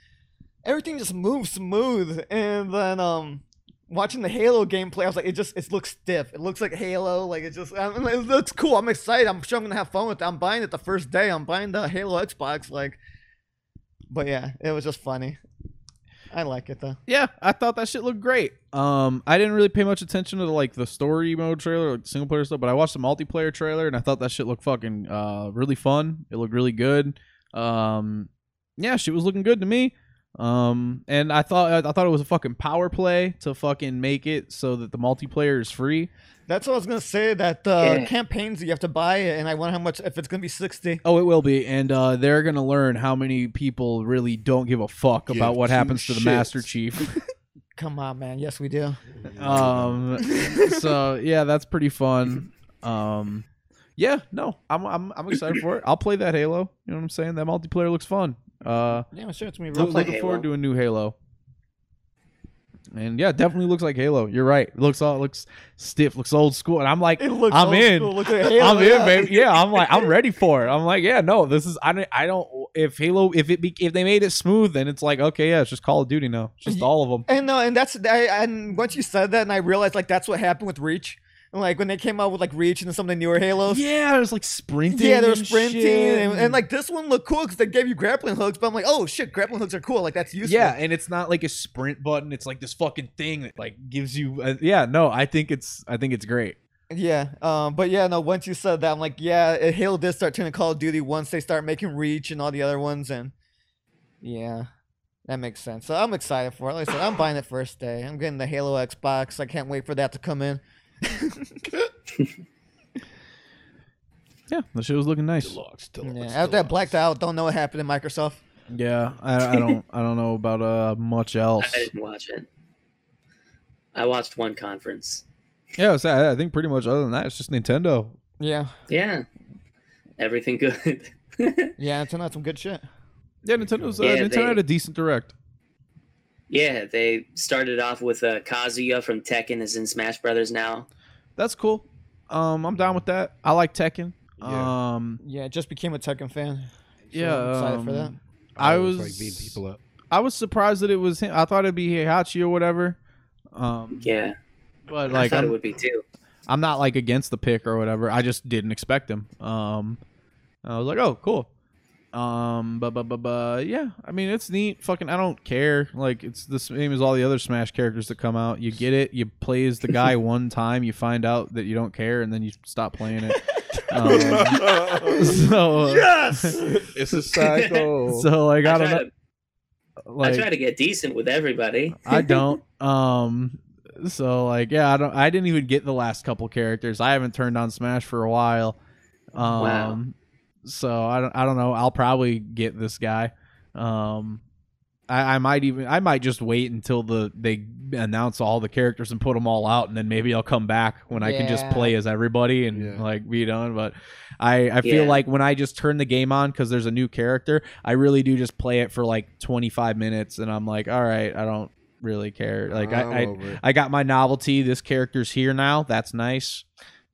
everything just moves smooth. And then um, watching the Halo gameplay, I was like, it just it looks stiff. It looks like Halo. Like it just I mean, it looks cool. I'm excited. I'm sure I'm gonna have fun with it. I'm buying it the first day. I'm buying the Halo Xbox. Like, but yeah, it was just funny. I like it though.
yeah, I thought that shit looked great. Um, I didn't really pay much attention to like the story mode trailer, like single player stuff, but I watched the multiplayer trailer and I thought that shit looked fucking uh really fun. It looked really good. Um, yeah, shit was looking good to me. Um, and I thought I thought it was a fucking power play to fucking make it so that the multiplayer is free.
That's what I was gonna say. That uh,
Yeah.
campaigns you have to buy it, and I wonder how much if it's gonna be sixty.
Oh, it will be, and uh, they're gonna learn how many people really don't give a fuck
Give
about what
two
happens to the
shits.
Master Chief.
Come on, man. Yes, we do.
um, so yeah, that's pretty fun. Um, yeah, no, I'm I'm I'm excited for it. I'll play that Halo. You know what I'm saying? That multiplayer looks fun. Uh,
Yeah, sure. It's me.
loo-
Real
play
looking
Halo.
forward to a new Halo. And yeah, it definitely looks like Halo. You're right. It looks all it looks stiff, looks old school, and I'm like,
it looks.
I'm
old
in.
school. Look at Halo,
I'm
yeah.
in, baby. Yeah, I'm like, I'm ready for it. I'm like, yeah, no, this is. I don't. I don't. If Halo, if it, be, if they made it smooth, then it's like, okay, yeah, it's just Call of Duty now. It's just all of them.
And no, and that's I, and once you said that, and I realized like that's what happened with Reach. And like when they came out with like Reach and some of the newer Halos.
Yeah, it was like sprinting.
Yeah, they're
and
sprinting,
shit.
and, and like this one looked cool because they gave you grappling hooks. But I'm like, oh shit, grappling hooks are cool. Like that's useful.
yeah, and it's not like a sprint button. It's like this fucking thing that like gives you. uh, yeah, no, I think it's I think it's great.
yeah. Um, but yeah, no. Once you said that, I'm like, yeah, uh, Halo did start turning Call of Duty once they start making Reach and all the other ones, and yeah, that makes sense. So I'm excited for it. Like I said, I'm buying it first day. I'm getting the Halo Xbox. I can't wait for that to come in.
Yeah, the shit was looking nice.
Deluxe, deluxe,
Yeah, after that blacked out, don't know what happened in Microsoft.
Yeah, I, I don't I don't know about uh much
I
else.
didn't watch it. I watched one conference.
Yeah, it's, I I think pretty much other than that, it's just Nintendo.
Yeah,
Yeah, everything good.
yeah, Nintendo had some good shit.
Yeah, Nintendo's uh,
Yeah,
Nintendo
they-
had a decent direct.
yeah, they started off with uh, Kazuya from Tekken is in Smash Brothers now.
That's cool. Um, I'm down with that. I like Tekken.
Yeah.
Um,
Yeah, just became a Tekken fan. So
yeah,
I'm excited for
um,
that.
I
always
was-
like beating people up.
I was surprised that it was him. I thought it'd be Heihachi or whatever. Um,
Yeah,
but
I
like,
thought it
I'm,
would be too.
I'm not like against the pick or whatever. I just didn't expect him. Um, I was like, oh, cool. Um, but but but but yeah, I mean, it's neat. Fucking, I don't care. Like, it's the same as all the other Smash characters that come out. You get it. You play as the guy one time. You find out that you don't care, and then you stop playing it. Um, so
Yes.
it's a cycle.
so like, I,
I,
don't
try
know.
to,
Like,
I try to get decent with everybody.
I don't. Um so like yeah, I don't I didn't even get the last couple characters. I haven't turned on Smash for a while. Um
Wow.
so I don't I don't know. I'll probably get this guy. Um I, I might even I might just wait until the they announce all the characters and put them all out and then maybe I'll come back when I can just
Yeah.
play as everybody and
Yeah.
like be done but I I feel
Yeah.
like when I just turn the game on cuz there's a new character I really do just play it for like 25 minutes and I'm like all right I don't really care like
I'm
I I,
over it.
I got my novelty this character's here now that's nice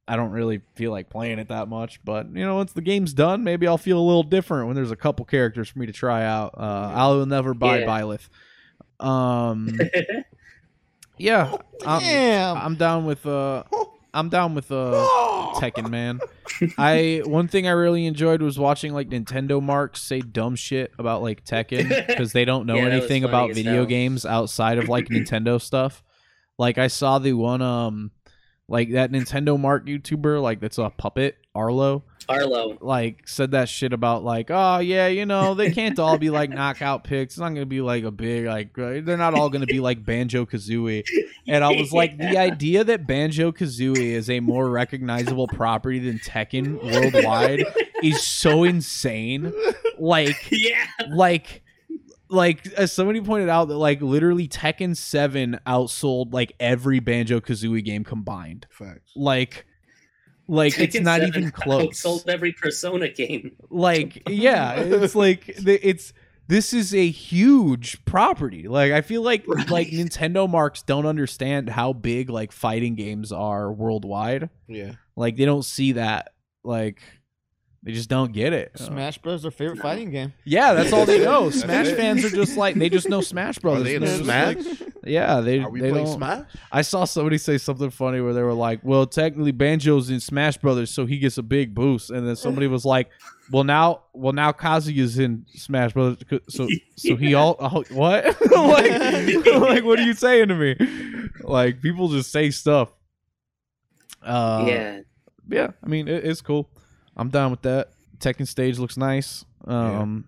I don't really feel like playing it that much but you know once the game's done maybe I'll feel a little different when there's a couple characters for me to try out uh I'll never buy
Yeah.
Byleth um yeah I'm,
Damn.
I'm down with uh I'm down with uh Tekken man. I one thing I really enjoyed was watching like Nintendo marks say dumb shit about like Tekken because they don't know
Yeah, that was
anything
funny
about
as
video
hell.
games outside of like Nintendo stuff. Like I saw the one um like that Nintendo mark YouTuber like that's a puppet Arlo
Arlo.
like said that shit about like oh yeah you know they can't all be like knockout picks it's not gonna be like a big like uh, they're not all gonna be like banjo kazooie and i was like the idea that banjo kazooie is a more recognizable property than tekken worldwide is so insane like
Yeah.
like like as somebody pointed out that like literally tekken 7 outsold like every banjo kazooie game combined
Facts.
like like it's
Tekken
not
7
even close
Outsold every Persona game.
like yeah it's like the- it's this is a huge property like i feel like
Right.
like nintendo marks don't understand how big like fighting games are worldwide
Yeah.
like they don't see that like they just don't get it Uh,
Smash Bros. their favorite
No.
fighting game.
yeah that's all they know
That's
smash
it.
fans are just like they just know smash brothers
Are they in
They're
a
just
smash?
like- yeah they,
Are we
they
playing
don't-
smash?
i saw somebody say something funny where they were like well technically banjo's in smash brothers so he gets a big boost and then somebody was like well now well now kazuya's in smash brothers so so he all oh, what like, like what are you saying to me like people just say stuff uh
yeah.
yeah, I mean it, it's cool. I'm down with that. Tekken stage looks nice. Um,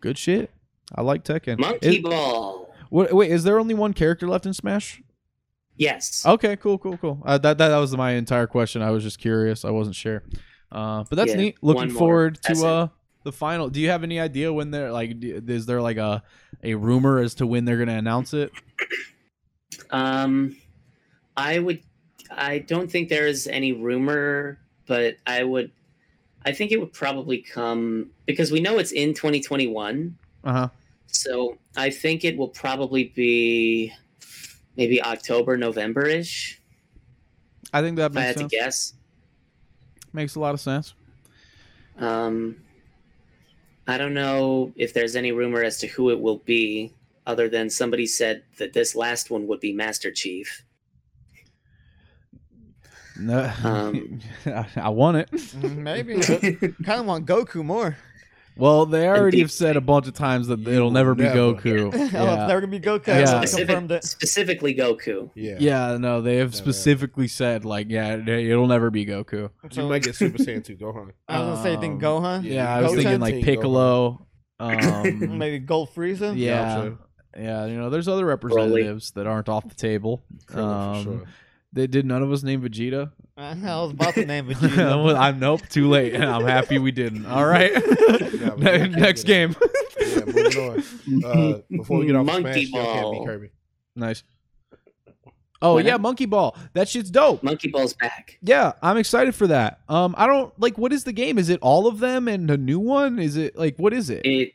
good shit. I like Tekken.
Monkey
Is-
Ball.
what- wait, is there only one character left in Smash?
Yes.
Okay, cool, cool, cool. Uh, that, that that was my entire question. I was just curious. I wasn't sure. Uh, but that's
Yeah,
neat.
one
Looking
more.
forward
That's
to
it.
uh the final. Do you have any idea when they're like? d- Is there like a a rumor as to when they're gonna announce it?
Um, I would. I don't think there is any rumor, but I would. I think it would probably come because we know it's in 2021.
Uh huh.
So I think it will probably be maybe October, November ish.
I think that
If I had
makes
to
sense.
guess.
Makes a lot of sense.
Um, I don't know if there's any rumor as to who it will be, other than somebody said that this last one would be Master Chief.
No,
Um,
I want it.
Mm, Maybe. kind of want Goku more.
Well, they already
deep
have said a bunch of times that
You
it'll
will
never,
never.
be Goku.
Oh, it's
yeah.
never gonna be Goku.
Yeah.
I
Specific-
confirmed it.
specifically Goku.
Yeah.
yeah, no, they have
Never.
specifically said like, yeah, it- it'll never be Goku.
You might get Super Saiyan 2 Gohan.
I was gonna say, you think
Um,
Gohan?
Yeah, I was
Goten?
thinking like
Goten.
Piccolo. Um,
Maybe Gold Frieza?
yeah,
Yamcha.
yeah, you know, there's other representatives that aren't off the table.
Krillin for
Um,
sure.
They did none of us name Vegeta.
I was about to name Vegeta.
Well, I'm nope, too late, and I'm happy we didn't. All right,
Yeah, we
Ne-
can't
next
get
game.
Yeah, moving on. Uh, before we get off Monkey Smash, y'all can't
Ball.
be Kirby.
Nice. Oh
Why
yeah,
not?
Monkey Ball. That shit's dope.
Monkey Ball's back.
Yeah, I'm excited for that. Um, I don't like what is the game? Is it all of them and a new one? Is it like what is it?
It,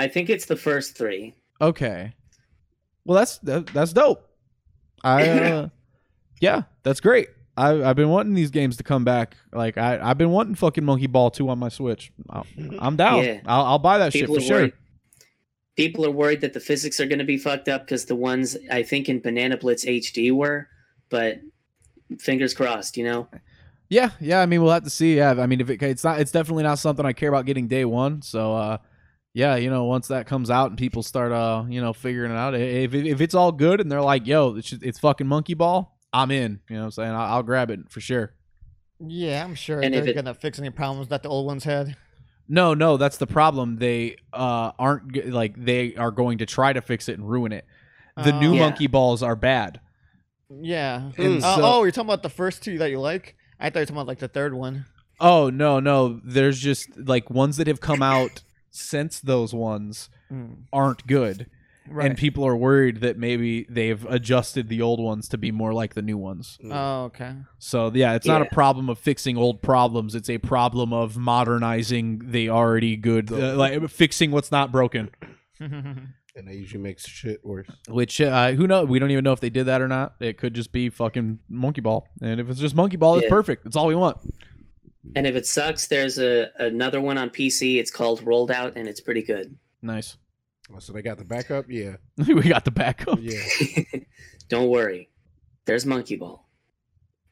I think it's the first three.
Okay, well that's that, that's dope. I uh, yeah, that's great. I I've been wanting these games to come back. Like I I've been wanting fucking Monkey Ball two on my Switch. I, I'm down.
Yeah.
I'll, I'll buy that shit for sure.
worried. People are worried that the physics are going to be fucked up because the ones I think in Banana Blitz HD were, but fingers crossed, you know.
Yeah, yeah. I mean, we'll have to see. Yeah, I mean, if it, it's not, it's definitely not something I care about getting day one. So, uh, yeah, you know, once that comes out and people start, uh, you know, figuring it out, if if it's all good and they're like, "Yo, it's just- it's fucking Monkey Ball," I'm in. You know, what I'm saying I'll, I'll grab it for sure.
yeah, I'm sure
And if
they're
it-
gonna fix any problems that the old ones had.
No, no, that's the problem. They uh aren't g- like they are going to try to fix it and ruin it. The new
Um,
Yeah.
Monkey Balls are bad.
Yeah.
And
Uh,
so-
oh, you're talking about the first two that you like? I thought you were talking about like the third one.
Oh no, no. There's just like ones that have come out since those ones aren't good.
Hmm. Right.
and people are worried that maybe they've adjusted the old ones to be more like the new ones.
oh, okay.
So yeah, it's not a problem of fixing old problems; it's a problem of modernizing the already good, uh, like fixing what's not broken.
And they usually make shit worse.
Which uh, who knows? We don't even know if they did that or not. It could just be fucking monkey ball, and if it's just monkey ball, it's
Yeah.
perfect. That's all we want.
And if it sucks, there's a another one on PC. It's called Rolled Out, and it's pretty good.
Nice.
Oh, So they got the backup? Yeah.
we got the backup.
Yeah.
Don't worry, there's Monkey Ball.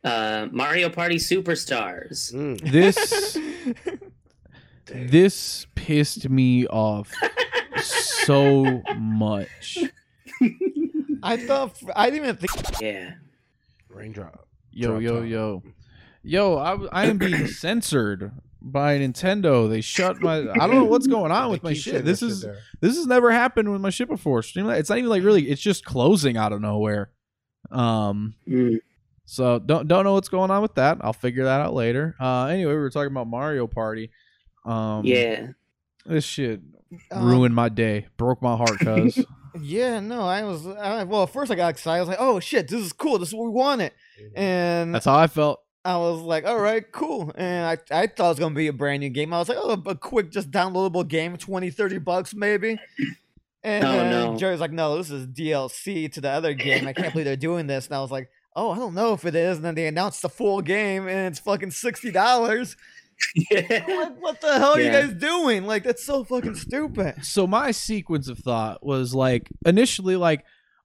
Uh, Mario Party Superstars.
Mm.
This
Damn.
this pissed me off so much.
I thought I didn't even think.
Yeah,
Raindrop.
Yo,
Drop
yo,
top.
yo, yo! I, w- I am being censored by Nintendo. They shut my. I don't know what's going on
They
with my
keep
shit.
sending
This
shit
is
there.
this has never happened with my shit before. Streamlabs. It's not even like really. It's just closing out of nowhere. Um.
Mm.
So don't don't know what's going on with that. I'll figure that out later. Uh. Anyway, we were talking about Mario Party. Um.
yeah.
This shit
um,
ruined my day. Broke my heart, cuz.
Yeah, no, I was. I, well, at first I got excited. I was like, "Oh shit, this is cool. This is what we wanted." And
That's how I felt.
I was like, all right, cool. And I, I thought it was going to be a brand new game. I was like, oh, a quick, just downloadable game, 20, 30 bucks maybe. And
Oh,
then
no.
Jerry's like, no, this is DLC to the other game. I can't believe they're doing this. And I was like, oh, I don't know if it is. And then they announced the full game and it's fucking $60. I'm like, what the hell are you
Yeah.
guys doing? Like, that's so fucking stupid.
so my sequence of thought was like initially like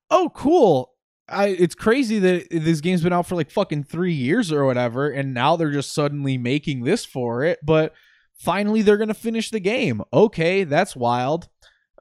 oh cool I, it's crazy that this game's been out for like fucking three years or whatever and now they're just suddenly making this for it but finally they're gonna finish the game okay that's wild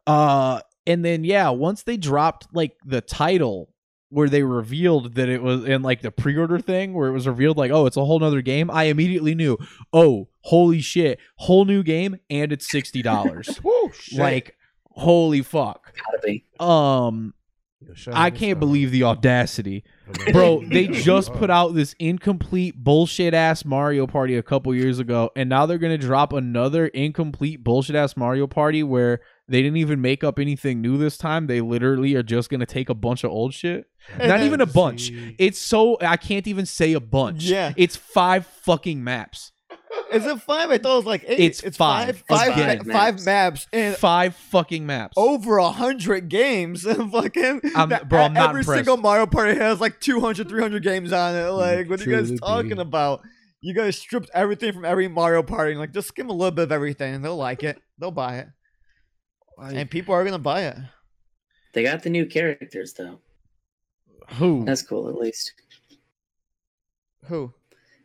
uh and then yeah once they dropped like the title where they revealed that it was in like the pre-order thing where it was revealed like oh it's a whole nother game i immediately knew oh holy shit whole new game and it's $60
Woo, shit.
like holy fuck
gotta be.
um
Yo, shut
i
this
can't
down.
believe the audacity bro they just put out this incomplete bullshit ass mario party a couple years ago and now they're gonna drop another incomplete bullshit ass mario party where they didn't even make up anything new this time they literally are just gonna take a bunch of old shit not
then-
even a bunch it's so i can't even say a bunch
Yeah.
it's five fucking maps
Is it five? I thought it was like eight.
It's
five,
five.
five,
Again.
ma- five maps. And Oh,
five fucking maps
over a hundred games. and fucking,
I'm-
that- e-
bro, I'm not
every
impressed.
single Mario Party has like 200, 300 games on it. Like, what are you guys
Truly be.
talking about? You guys stripped everything from every Mario Party. And, like, just skim a little bit of everything, and they'll like it. They'll buy it, and people are gonna buy it.
They got the new characters though.
who
That's cool, at least.
Who?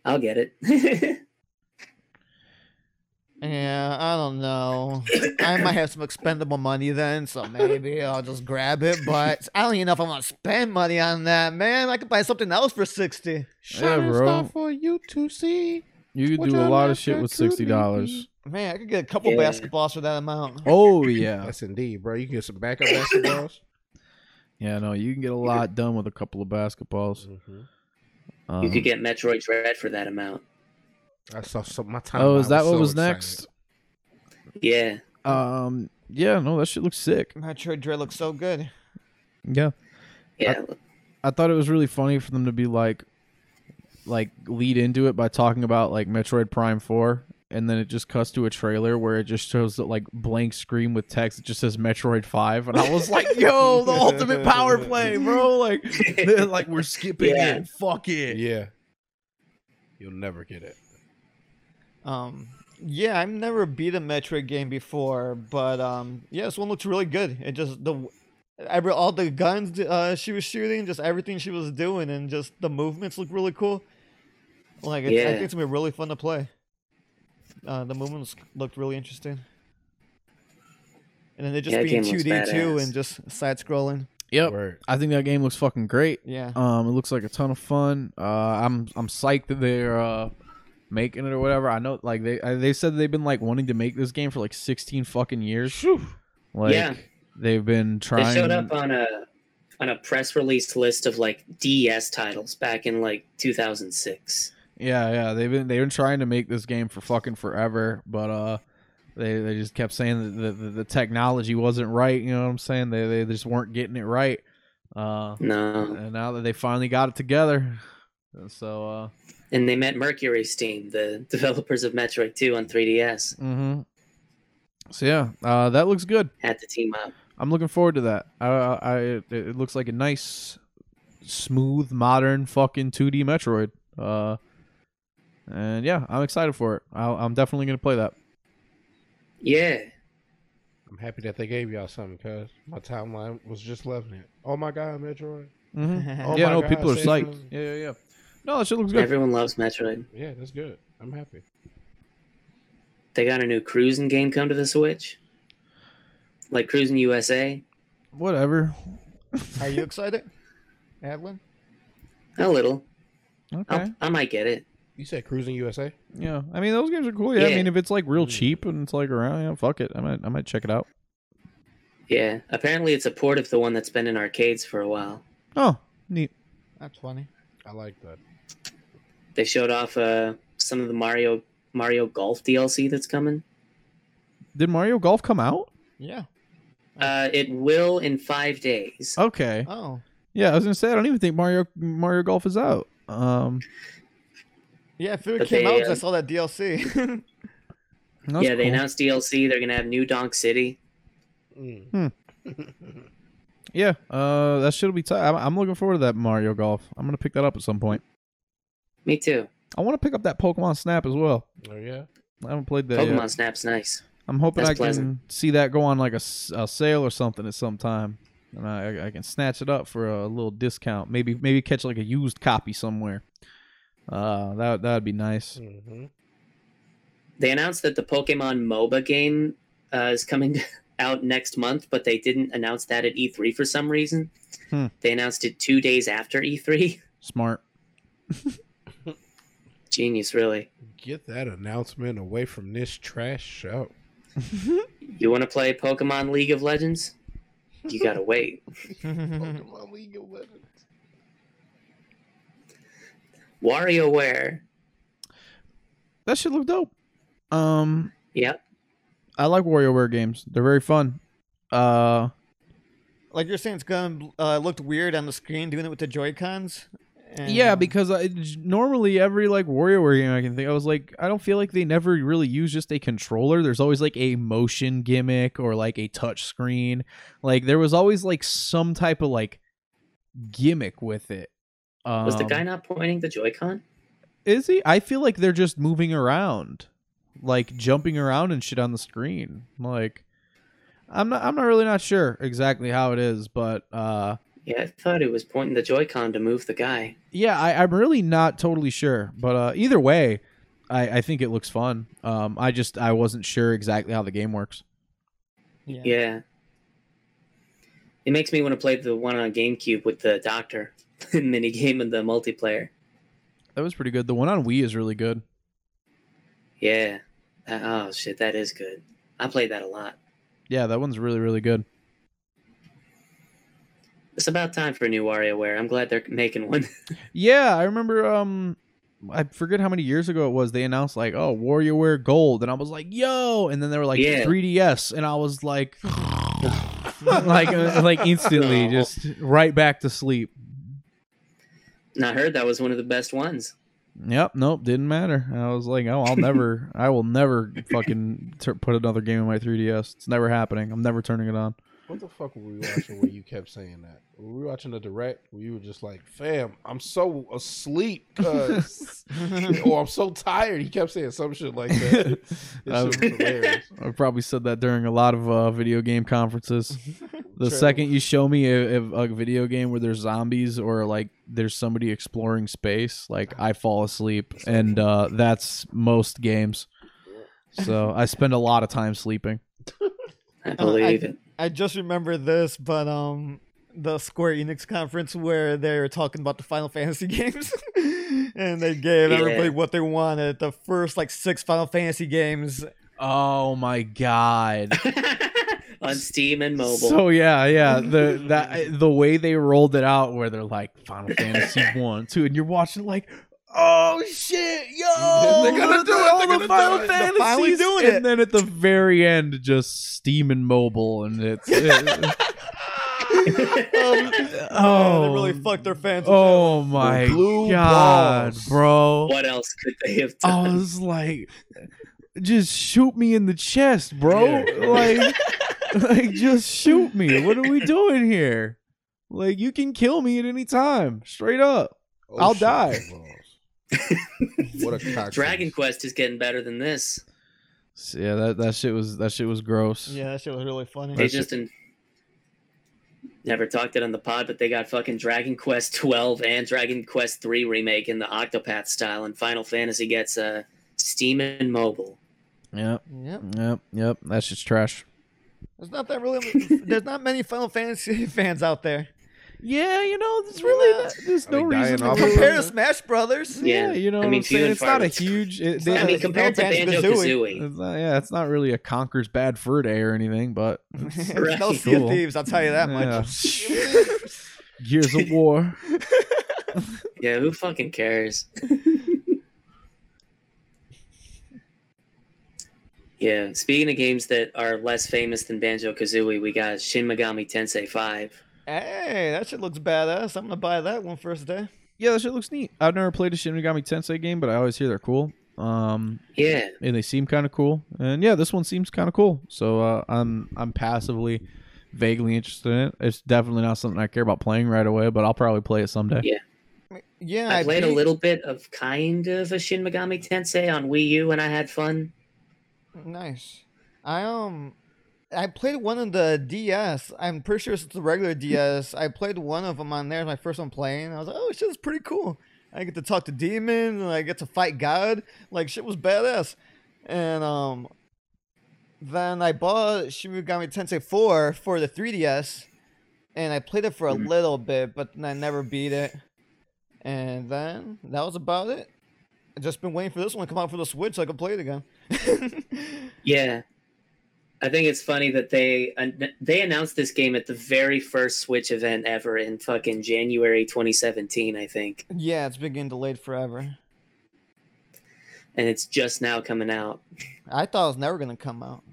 I'll get it.
Yeah, I don't know. I might have some expendable money then, so maybe I'll just grab it. But I don't even know if I want to spend money on that, man. I could buy something else for sixty.
Yeah, bro.
for you to see.
You could
What
do a
your
lot of
life
shit
that
with
could
sixty dollars.
Man, I could get a couple
Yeah.
basketballs for that amount.
Oh yeah,
That's indeed, bro. You can get some backup basketballs.
yeah. No, you can get a lot done with a couple of basketballs.
Mhm.
Um,
you could get Metroid Dread for that amount.
I saw some. My time.
oh, is that what was next?
Yeah.
Um, yeah. No, that shit looks sick.
Metroid Dread looks so good.
Yeah.
Yeah.
I thought it was really funny for them to be like, like lead into it by talking about like Metroid Prime Four, and then it just cuts to a trailer where it just shows that like blank screen with text. It just says Metroid Five, and I was like, "Yo, the ultimate power play, bro!" Like, they're like we're skipping
Yeah.
it. Fuck it.
Yeah. You'll never get it.
Um, yeah, I've never beat a Metroid game before, but um, yeah, this one looks really good. It just the every all the guns uh, she was shooting, just everything she was doing, and just the movements look really cool. Like it, I
Yeah.
think it's gonna be really fun to play. Uh, the movements looked really interesting, and then it just
Yeah, that
being
game
two
looks
D too
badass.
and just side scrolling.
Yep.
Word.
I think that game looks fucking great.
Yeah,
Um, it looks like a ton of fun. Uh, I'm I'm psyched that they're uh, making it or whatever. I know, like they I- they said they've been like wanting to make this game for like 16 fucking years. Like
Yeah.
they've been
They
trying.
showed up on a on a press release list of like DS titles back in like 2006.
yeah, yeah, they've been they've been trying to make this game for fucking forever, but uh, they they just kept saying that the, the, the technology wasn't right. You know what I'm saying? They they just weren't getting it right. Uh,
No.
and now that they finally got it together, and so uh,
And they met Mercury Steam, the developers of Metroid 2 on 3DS,
hmm So yeah, uh, that looks good.
had to team up.
I'm looking forward to that. I, I, I it, it looks like a nice, smooth, modern fucking 2D Metroid. Uh, and yeah, I'm excited for it. I'll, I'm definitely gonna play that.
Yeah.
I'm happy that they gave y'all something because my timeline was just loving it. Oh my god, Metroid.
Mhm.
Oh
yeah,
my
no,
God,
people are
same
psyched.
thing.
Yeah, yeah, yeah. No, that shit looks good.
Everyone loves Metroid.
Yeah, that's good. I'm happy.
They got a new cruising game come to the Switch. Like Cruising USA.
Whatever.
are you excited, Adlin?
A little.
Okay.
I'll, I might get it.
You said Cruising USA?
Yeah, I mean those games are cool. Yeah, I
Yeah.
mean if it's like real
Mm.
cheap and it's like around, yeah, fuck it. I might, I might check it out.
Yeah. Apparently it's a port of the one that's been in arcades for a while.
Oh, neat.
That's funny.
I like that.
They showed off uh, some of the Mario Mario Golf DLC that's coming.
Did Mario Golf come out?
Yeah.
Uh, it will in five days.
Okay.
Uh,
Oh.
Yeah, I was gonna say I don't even think Mario Mario Golf is out. Um,
Yeah, if it
But
came
they,
out, 'cause I
um,
saw that DLC.
that's
yeah, they
cool.
announced DLC. They're gonna have New Donk City.
Mm.
Yeah, uh, that shit'll be tight. I'm, I'm looking forward to that Mario Golf. I'm gonna pick that up at some point.
Me too.
I want to pick up that Pokemon Snap as well.
Oh yeah.
I haven't played that.
Pokemon
Yet.
Snap's nice.
I'm hoping
That's
I can
pleasant.
see that go on like a, s- a sale or something at some time, and I, I can snatch it up for a little discount. Maybe maybe catch like a used copy somewhere. Uh, that that'd be nice.
Mm-hmm.
They announced that the Pokemon MOBA game uh, is coming out next month, but they didn't announce that at E3 for some reason.
Hmm.
They announced it two days after E E3.
Smart.
Genius, really.
Get that announcement away from this trash show.
You want to play Pokemon League of Legends? You gotta wait.
Pokemon League of Legends.
WarioWare.
That shit look dope. Um,
Yep.
I like WarioWare games. They're very fun. Uh,
like you're saying, it's gonna uh, looked weird on the screen doing it with the Joy Cons.
yeah, because I, normally every like WarioWare game I can think, I was like, I don't feel like they never really use just a controller. There's always like a motion gimmick or like a touch screen. Like there was always like some type of like gimmick with it. Um,
Was the guy not pointing the Joy-Con?
Is he? I feel like they're just moving around, like jumping around and shit on the screen. Like, I'm not. I'm not really not sure exactly how it is, but uh,
Yeah, I thought it was pointing the Joy-Con to move the guy.
yeah I, i'm really not totally sure but uh, either way I, I think it looks fun um, i just i wasn't sure exactly how the game works
Yeah.
Yeah. It makes me want to play the one on GameCube with the doctor mini game of the multiplayer.
that was pretty good the one on wii is really good
Yeah. That- oh shit, that is good. I played that a lot.
yeah that one's really really good
It's about time for a new WarioWare. I'm glad they're making one.
yeah i remember um i forget how many years ago it was they announced like oh WarioWare gold and i was like yo and then they were like
Yeah.
3ds and i was like like uh, like instantly
No.
just right back to sleep
and I heard that was one of the best ones.
Yep, nope, didn't matter. I was like, oh, I'll never, I will never fucking tur put another game in my 3DS. It's never happening. I'm never turning it on.
What the fuck were we watching when you kept saying that? Were we watching the direct where you were just like, fam, I'm so asleep 'cause- or I'm so tired. He kept saying some shit like that. This shit
Um,
was hilarious.
I probably said that during a lot of uh, video game conferences. The
Trevor-
second you show me a, a, a video game where there's zombies or like there's somebody exploring space, like I fall asleep, and uh, that's most games. So I spend a lot of time sleeping.
I
Oh, I-
believe it.
I just remember this, but um, the Square Enix conference where they were talking about the Final Fantasy games, and they gave
Yeah.
everybody what they wanted. The first like six Final Fantasy games.
Oh my god.
on Steam and mobile.
So yeah, yeah, the that the way they rolled it out, where they're like Final Fantasy one, two, and you're watching like, oh shit, yo,
They're gonna
look
do
at
it,
all
they're
the
gonna
Final
do it.
They're finally
Fantasies,
doing
and
it.
then at the very end, just Steam and mobile, and it's it-
Um,
oh,
they really fucked their fans. with
Oh my
Blue
god,
balls.
bro!
what else could they have done?
I was like, just shoot me in the chest, bro.
Yeah.
Like, like, just shoot me. What are we doing here? Like, you can kill me at any time, straight up.
Oh,
I'll
shit,
die.
balls. What a cock.
Dragon Quest is getting better than this.
So, yeah, that, that shit was that shit was gross.
it. Yeah, that shit was really funny.
They just in- never talked it on the pod, but they got fucking Dragon Quest 12 and Dragon Quest 3 remake in the Octopath style, and Final Fantasy gets uh, Steam and mobile.
Yep.
Yep.
Yep. Yep. That's just trash.
There's not that really. There's not many Final Fantasy fans out there.
Yeah, you know, there's
really
really
not-
there's
I mean,
no
no dying
reason.
reason to off do
Compared to Smash Brothers.
Yeah.
yeah, you know,
I
what
mean,
I'm
few
saying
and
it's not
far
a
between.
huge. It,
not
they-
I mean,
it's
compared to
Banjo-Kazooie.
Banjo Kazooie,
it's not, yeah, it's not really a Conker's Bad Fur Day or anything, but
There's
Right.
no Sea of
Cool.
Thieves. I'll tell you that
Yeah.
much.
Gears of War.
yeah, who fucking cares? yeah, speaking of games that are less famous than Banjo Kazooie, we got Shin Megami Tensei 5.
Hey, that shit looks badass. I'm gonna buy that one first eh? day.
Yeah, that shit looks neat. I've never played a Shin Megami Tensei game, but I always hear they're cool. Um,
Yeah,
and they seem kind of cool. And yeah, this one seems kind of cool. So uh, I'm I'm passively, vaguely interested in it. It's definitely not something I care about playing right away, but I'll probably play it someday.
Yeah.
Yeah,
I played a
beat-
little bit of kind of a Shin Megami Tensei on Wii U, and I had fun.
Nice. I um, I played one on the DS. I'm pretty sure it's the regular DS. I played one of them on there. My first one playing. I was like, oh shit, it's pretty cool. I get to talk to demons and I get to fight God. Like shit was badass. And um, then I bought Shin Megami Tensei 4 for the 3DS, and I played it for a
Mhm.
little bit, but then I never beat it. And then that was about it. I've just been waiting for this one to come out for the Switch so I can play it again.
Yeah, I think it's funny that they they announced this game at the very first Switch event ever in fucking January 2017, I think,
yeah, it's been getting delayed forever.
and it's just now coming out.
I thought it was never gonna come out,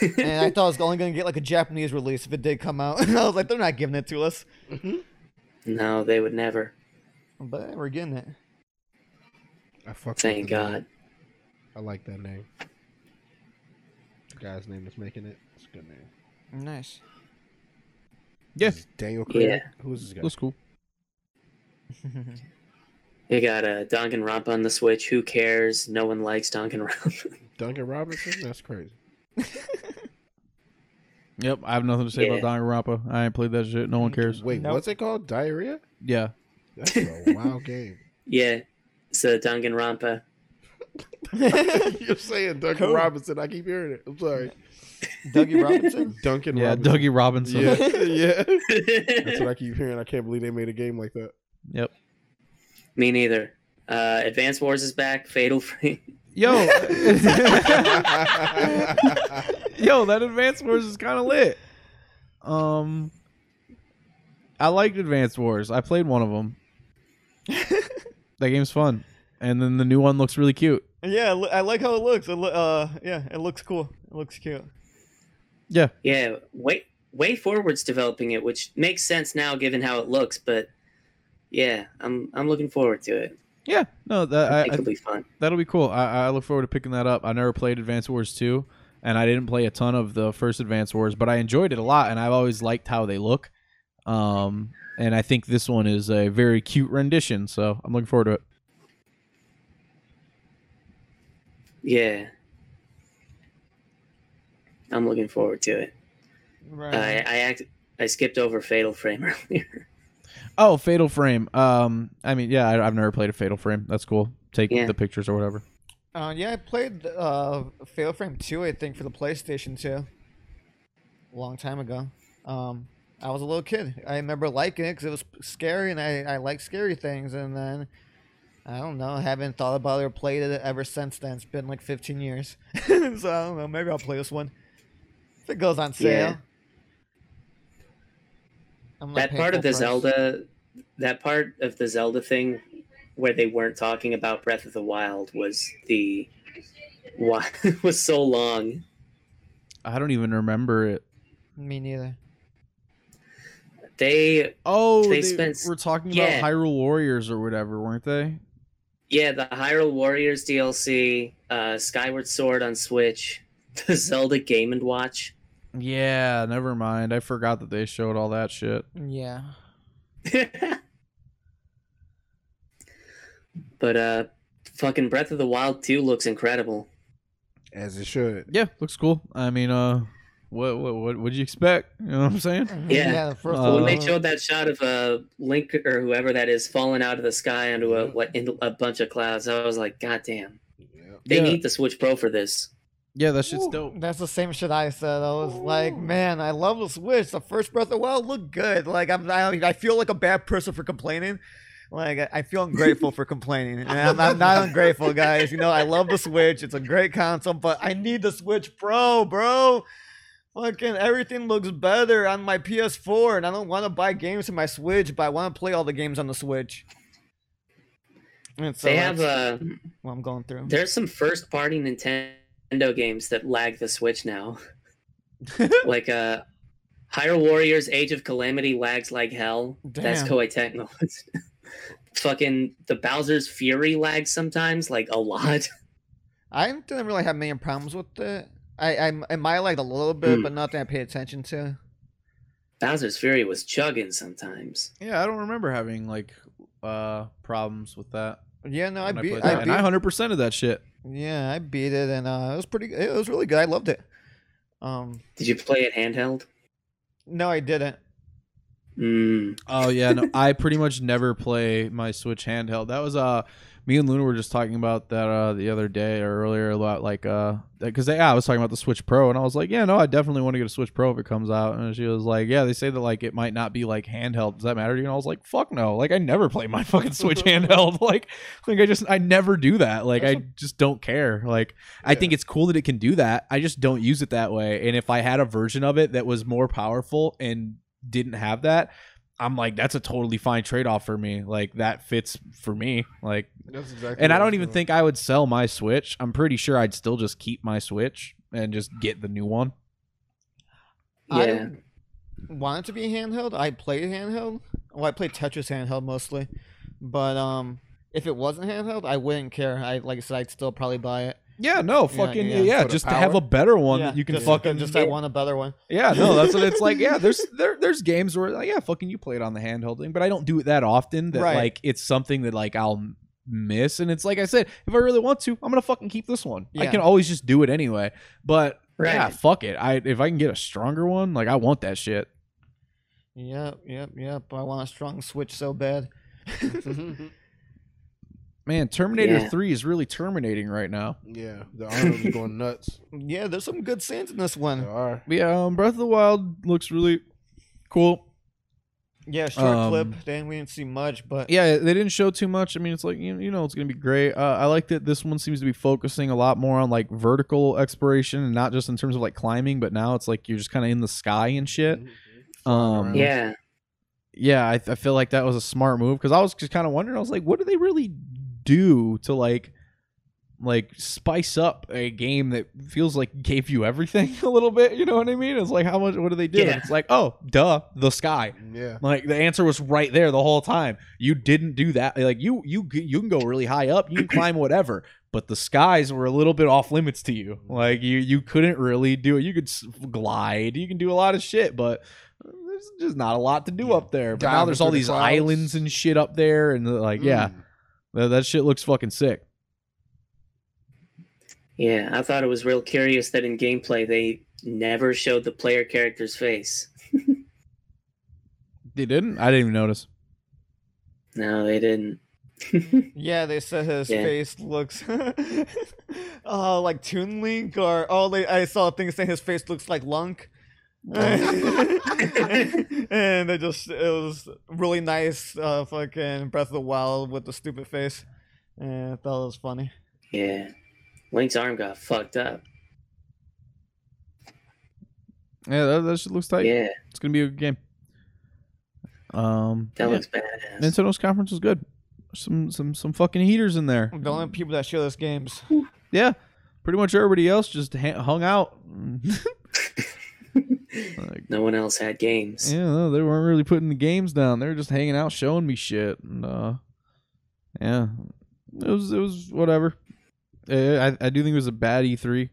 and I thought it was only gonna get like a Japanese release if it did come out. I was like, they're not giving it to us,
Mm-hmm.
no, they would never.
but hey, we're getting it.
I fuck with
Thank
the name.
God.
I like that name. The guy's name is making it. It's a good name.
Nice.
Yeah.
This is Daniel Craig.
Yeah.
Who's this guy?
Looks cool.
They got a uh, Danganronpa on the Switch. Who cares? No one likes Danganronpa.
Duncan Robinson? That's crazy.
Yep, I have nothing to say
Yeah.
about Danganronpa. I ain't played that shit. No one cares.
Wait,
Nope.
what's it called? Diarrhea?
Yeah,
That's a wild game.
Yeah, it's a Danganronpa.
You're saying Duncan
Cool.
Robinson. I keep hearing it. I'm sorry.
Dougie Robinson.
Duncan
yeah.
Robinson.
Dougie Robinson.
Yeah, yeah. That's what I keep hearing. I can't believe they made a game like that.
Yep.
Me neither. Uh, Advance Wars is back. Fatal Frame.
Yo, yo, that Advanced Wars is kind of lit. Um, I liked Advanced Wars. I played one of them. that game's fun, and then the new one looks really cute.
Yeah, I li- I like how it looks. It loo- uh, yeah, it looks cool. It looks cute.
Yeah,
Yeah, way way forwards developing it, which makes sense now given how it looks. But yeah, I'm I'm looking forward to it.
yeah. No, that
I,
I,
think
I,
it'll be fun.
that'll be cool. I, I look forward to picking that up. I never played Advanced Wars 2, and I didn't play a ton of the first Advanced Wars, but I enjoyed it a lot, and I've always liked how they look. Um, and I think this one is a very cute rendition, so I'm looking forward to it.
Yeah, I'm looking forward to it.
Right.
I I act, I skipped over Fatal Frame earlier.
Oh, Fatal Frame. Um, I mean, yeah, I, I've never played a Fatal Frame. That's cool. Take
Yeah.
the pictures or whatever.
Uh, yeah, I played uh, Fail Frame 2, I think, for the PlayStation 2. A long time ago. Um, I was a little kid. I remember liking it because it was scary, and I, I like scary things. And then, I don't know, I haven't thought about it or played it ever since then. It's been like 15 years. so I don't know. Maybe I'll play this one. If it goes on sale.
Yeah.
I'm not
that
paying
part of the
full price.
Zelda, that part of the Zelda thing, where they weren't talking about Breath of the Wild was the why was so long.
I don't even remember it.
Me neither.
They
Oh,
They
they,
spent-
were talking
yeah.
about Hyrule Warriors or whatever, weren't they?
Yeah, the Hyrule Warriors DLC, uh, Skyward Sword on Switch, the Zelda Game and Watch.
Yeah, never mind. I forgot that they showed all that shit.
Yeah.
but uh, fucking Breath of the Wild 2 looks incredible.
As it should.
Yeah, looks cool. I mean, uh, what what what would you expect? You know what I'm saying?
Yeah.
the first
Uh,
when
one.
they showed that shot of uh, Link or whoever that is falling out of the sky onto a like, into a bunch of clouds, I was like, God damn,
Yeah.
they
yeah,
need the Switch Pro for this.
yeah, that shit's
Ooh,
dope.
That's the same shit I said. I was like, man, I love the Switch. The first Breath of the Wild looked good. Like I'm, I, I feel like a bad person for complaining. Like I- I feel ungrateful for complaining, and I'm, I'm not ungrateful, guys. You know, I love the Switch. It's a great console, but I need the Switch Pro, bro. Fucking everything looks better on my PS4, and I don't want to buy games for my Switch, but I want to play all the games on the Switch. And so
they have
that's
uh,
what I'm going through.
there's some first party Nintendo games that lag the Switch now. like uh Hyrule Warriors Age of Calamity lags like hell. That's
Damn.
Koei Tecmo. Fucking the Bowser's Fury lags sometimes, like a lot.
I didn't really have many problems with it. I I, I might like a little bit,
Mm.
but nothing I paid attention to.
Bowser's Fury was chugging sometimes.
Yeah, I don't remember having like uh problems with that.
Yeah, no, I
when
beat,
played
I
that.
beat,
and I 100 percent of that shit.
yeah, I beat it, and uh, it was pretty. It was really good. I loved it. Um,
Did you play it handheld?
no, I didn't.
Mm.
Oh yeah, no, I pretty much never play my Switch handheld. That was uh, me and Luna were just talking about that uh the other day or earlier about like uh because yeah I was talking about the Switch Pro and I was like yeah no I definitely want to get a Switch Pro if it comes out and she was like yeah they say that like it might not be like handheld does that matter to you and I was like fuck no like I never play my fucking Switch handheld like like I just I never do that like I just don't care like I
Yeah.
think it's cool that it can do that. I just don't use it that way. And if I had a version of it that was more powerful and didn't have that, I'm like, that's a totally fine trade off for me. Like that fits for me. Like,
That's exactly.
and I
what
don't
was
even
doing.
think I would sell my Switch. I'm pretty sure I'd still just keep my Switch and just get the new one. Mm-hmm.
Yeah.
I wanted to be handheld. I played handheld. Well, I played Tetris handheld mostly, but um, if it wasn't handheld, I wouldn't care. I like I said, I'd still probably buy it.
Yeah, no,
Yeah,
fucking
yeah.
yeah,
For the
just to
power?
have a better one
Yeah,
that you can
just,
fucking
just I want a better one.
Yeah, no, that's what it's like. Yeah, there's there there's games where like, yeah, fucking you play it on the handheld thing, but I don't do it that often that
Right.
like it's something that like I'll m- miss and it's like I said, if I really want to, I'm going to fucking keep this one. I
Yeah.
can always just do it anyway. But
Right.
Yeah, fuck it. I if I can get a stronger one, like I want that shit.
Yep, yep, yep. I want a strong Switch so bad.
Mm-hmm.
Man, Terminator
Yeah.
3 is really terminating right now.
Yeah, the arms is going nuts.
yeah, there's some good scenes in this
They
one.
are.
Yeah, um, Breath of the Wild looks really cool.
Yeah, short
Um,
clip. Dang, we didn't see much, but
Yeah, they didn't show too much. I mean, it's like you, you know it's gonna be great. Uh, I like that this one seems to be focusing a lot more on like vertical exploration and not just in terms of like climbing, but now it's like you're just kind of in the sky and shit.
Mm-hmm.
Um,
yeah.
yeah, I, I feel like that was a smart move because I was just kind of wondering. I was like, what do they really do to like, like spice up a game that feels like gave you everything a little bit? You know what I mean? It's like how much? What do they do? And
Yeah.
It's like, oh, duh, the sky.
Yeah.
Like the answer was right there the whole time. You didn't do that. Like you, you, you can go really high up. You can climb whatever, but the skies were a little bit off limits to you. Like you, you couldn't really do it. You could s- glide. You can do a lot of shit, but uh, there's just not a lot to do
Yeah.
up there. But now
Diving
there's all
through the
these
clouds.
islands and shit up there, and like yeah,
Mm.
that, that shit looks fucking sick.
Yeah. I thought it was real curious that in gameplay they never showed the player character's face.
They didn't. I didn't even notice.
No, they didn't.
Yeah, they said his
Yeah.
face looks uh, like Toon Link, or oh, they, I saw a thing saying his face looks like Lunk. and they just it was really nice uh fucking breath of the wild with the stupid face and i thought it was funny
yeah. Link's arm got fucked up.
Yeah, that, that shit looks tight.
Yeah.
It's gonna be a good game. Um,
That
yeah.
looks badass.
Nintendo's conference was good. Some some some fucking heaters in there.
the only people that show this games
Yeah, pretty much everybody else just ha- hung out. Like,
No one else had games.
yeah, no, they weren't really putting the games down. They were just hanging out, showing me shit, and uh, yeah, it was it was whatever. Eh, I I do think it was a bad E three,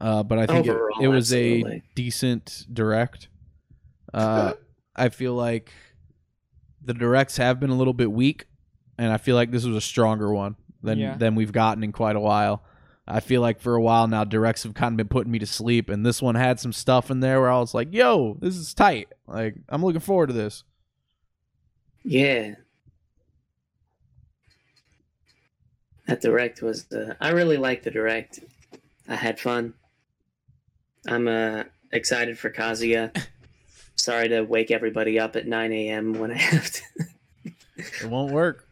uh, but I think it,
Overall,
it was a
absolutely.
decent direct. Uh, I feel like the directs have been a little bit weak, and I feel like this was a stronger one than
Yeah.
than we've gotten in quite a while. I feel like for a while now, directs have kind of been putting me to sleep, and this one had some stuff in there where I was like, "Yo, this is tight." Like, I'm looking forward to this.
Yeah. That direct was the. I really liked the direct. I had fun. I'm uh, excited for Kazuya. Sorry to wake everybody up at 9 a.m. when I have to.
It won't work.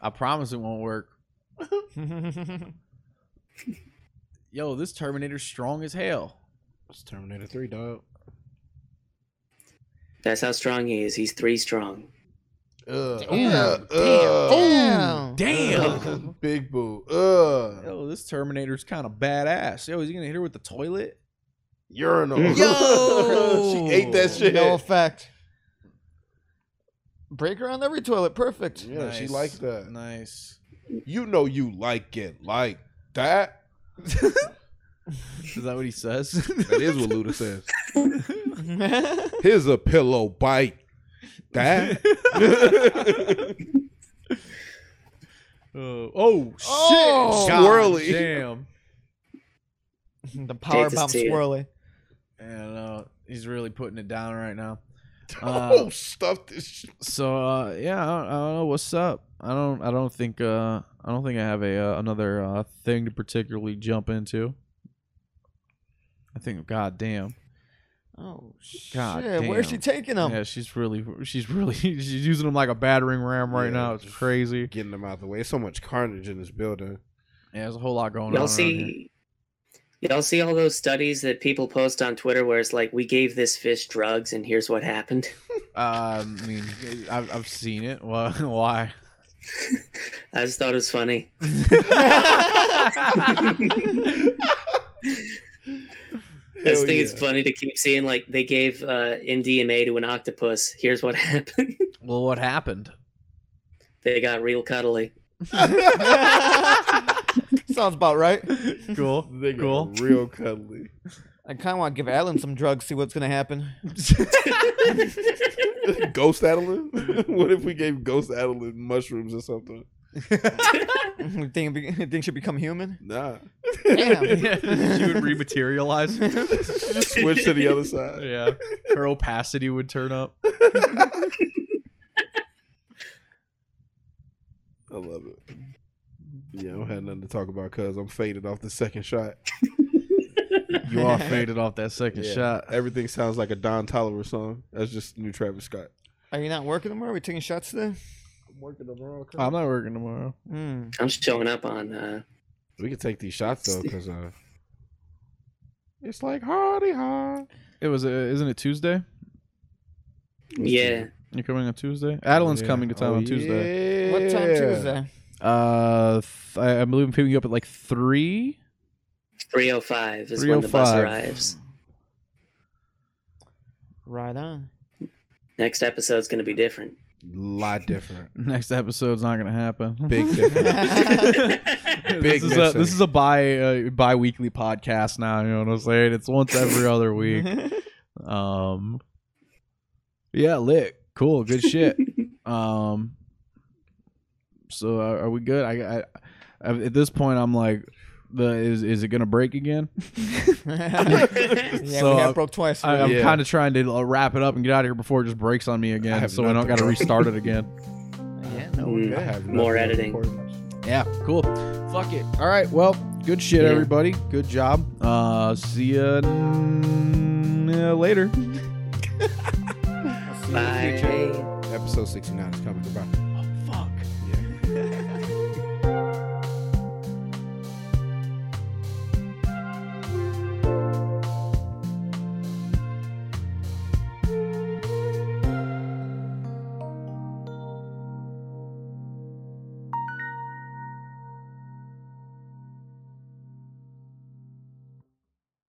I promise it won't work. Yo, this Terminator's strong as hell.
It's Terminator 3, dog.
That's how strong he is. He's three strong.
Ugh.
Damn, Oh,
Ugh. Ugh.
Damn.
Ugh. uh, Big boo. Uh, Ugh.
Yo, this Terminator's kind of badass. Yo, is he gonna hit her with the toilet?
Urinal.
Yo!
she ate that shit.
no effect break around every toilet perfect
Yeah, she
Nice.
liked that.
Nice.
You know you like it like that.
Is that what he says?
That is what Luda says. Here's a pillow bite. That.
Uh, Oh, oh shit!
Oh,
God
swirly.
Damn.
the power
Take this
bomb
to you.
swirly
Yeah, no, uh, he's really putting it down right now. Uh,
oh, stuff this shit.
So uh, yeah, I don't, I don't know what's up. I don't. I don't think. Uh, I don't think I have a uh, another uh, thing to particularly jump into. I think. God damn.
oh shit
God
where's she
damn.
taking them
Yeah, she's really. She's really. She's using him like a battering ram right
Yeah,
now. It's
just-
crazy.
Getting them out of the way. There's so much carnage in this building.
Yeah, there's a whole lot going on.
Y'all
around here.
see. Y'all see all those studies that people post on Twitter where it's like, we gave this fish drugs and here's what happened?
Um, I mean, I've, I've seen it. Why? why?
I just thought it was funny. I just
Hell
think it's
yeah.
funny to keep seeing like they gave uh, MDMA to an octopus. Here's what happened.
well, what happened?
they got real cuddly.
sounds about right
Cool.
They got
cool.
Real cuddly.
I kind of want to give Alan some drugs, see what's gonna happen.
ghost Adeline? what if we gave Ghost Adeline mushrooms or something?
think, be- think she'll become human?
Nah.
Damn.
she would rematerialize.
Just switch to the other side.
yeah, her opacity would turn up.
I love it. Yeah, I don't have nothing to talk about because I'm faded off the second shot.
You all faded off that second
Yeah.
shot.
Everything sounds like a Don Tolliver song. That's just the new Travis Scott.
Are you not working tomorrow? Are we taking shots today?
I'm working the wrong
I'm not working tomorrow.
Mm.
I'm showing up on. Uh,
We can take these shots though, because uh, it's like hardy hard.
It was, uh, isn't it Tuesday?
yeah,
You're coming on Tuesday. Adeline's coming to
Oh,
town on Tuesday.
What time Tuesday?
Uh, th- I, I believe I'm picking you up at like three.
305 is when the bus
3:05.
arrives.
Right on.
Next episode's going to be different.
Lot different.
Next episode's not gonna happen.
Big difference. Big
this is a,
missing.
this is a bi uh, bi-weekly podcast now. You know what I'm saying? It's once every other week. Um, yeah, lit. Cool. Good shit. um, so uh, are, are we good? I, I- I at this point I'm like, the is is it gonna break again?
yeah,
So,
we
uh,
have broke twice.
I, I'm
Yeah.
kind of trying to uh, wrap it up and get out of here before it just breaks on me
I
again,
have
so I don't
nothing.
got to restart it again.
yeah,
no,
no,
we're
we're
Mm.
I have
More
nothing
editing.
important.
Yeah, cool. Fuck it. All right. Well, good shit,
Yeah.
everybody. Good job. Uh, see you later.
Bye.
Episode sixty nine is coming. Goodbye.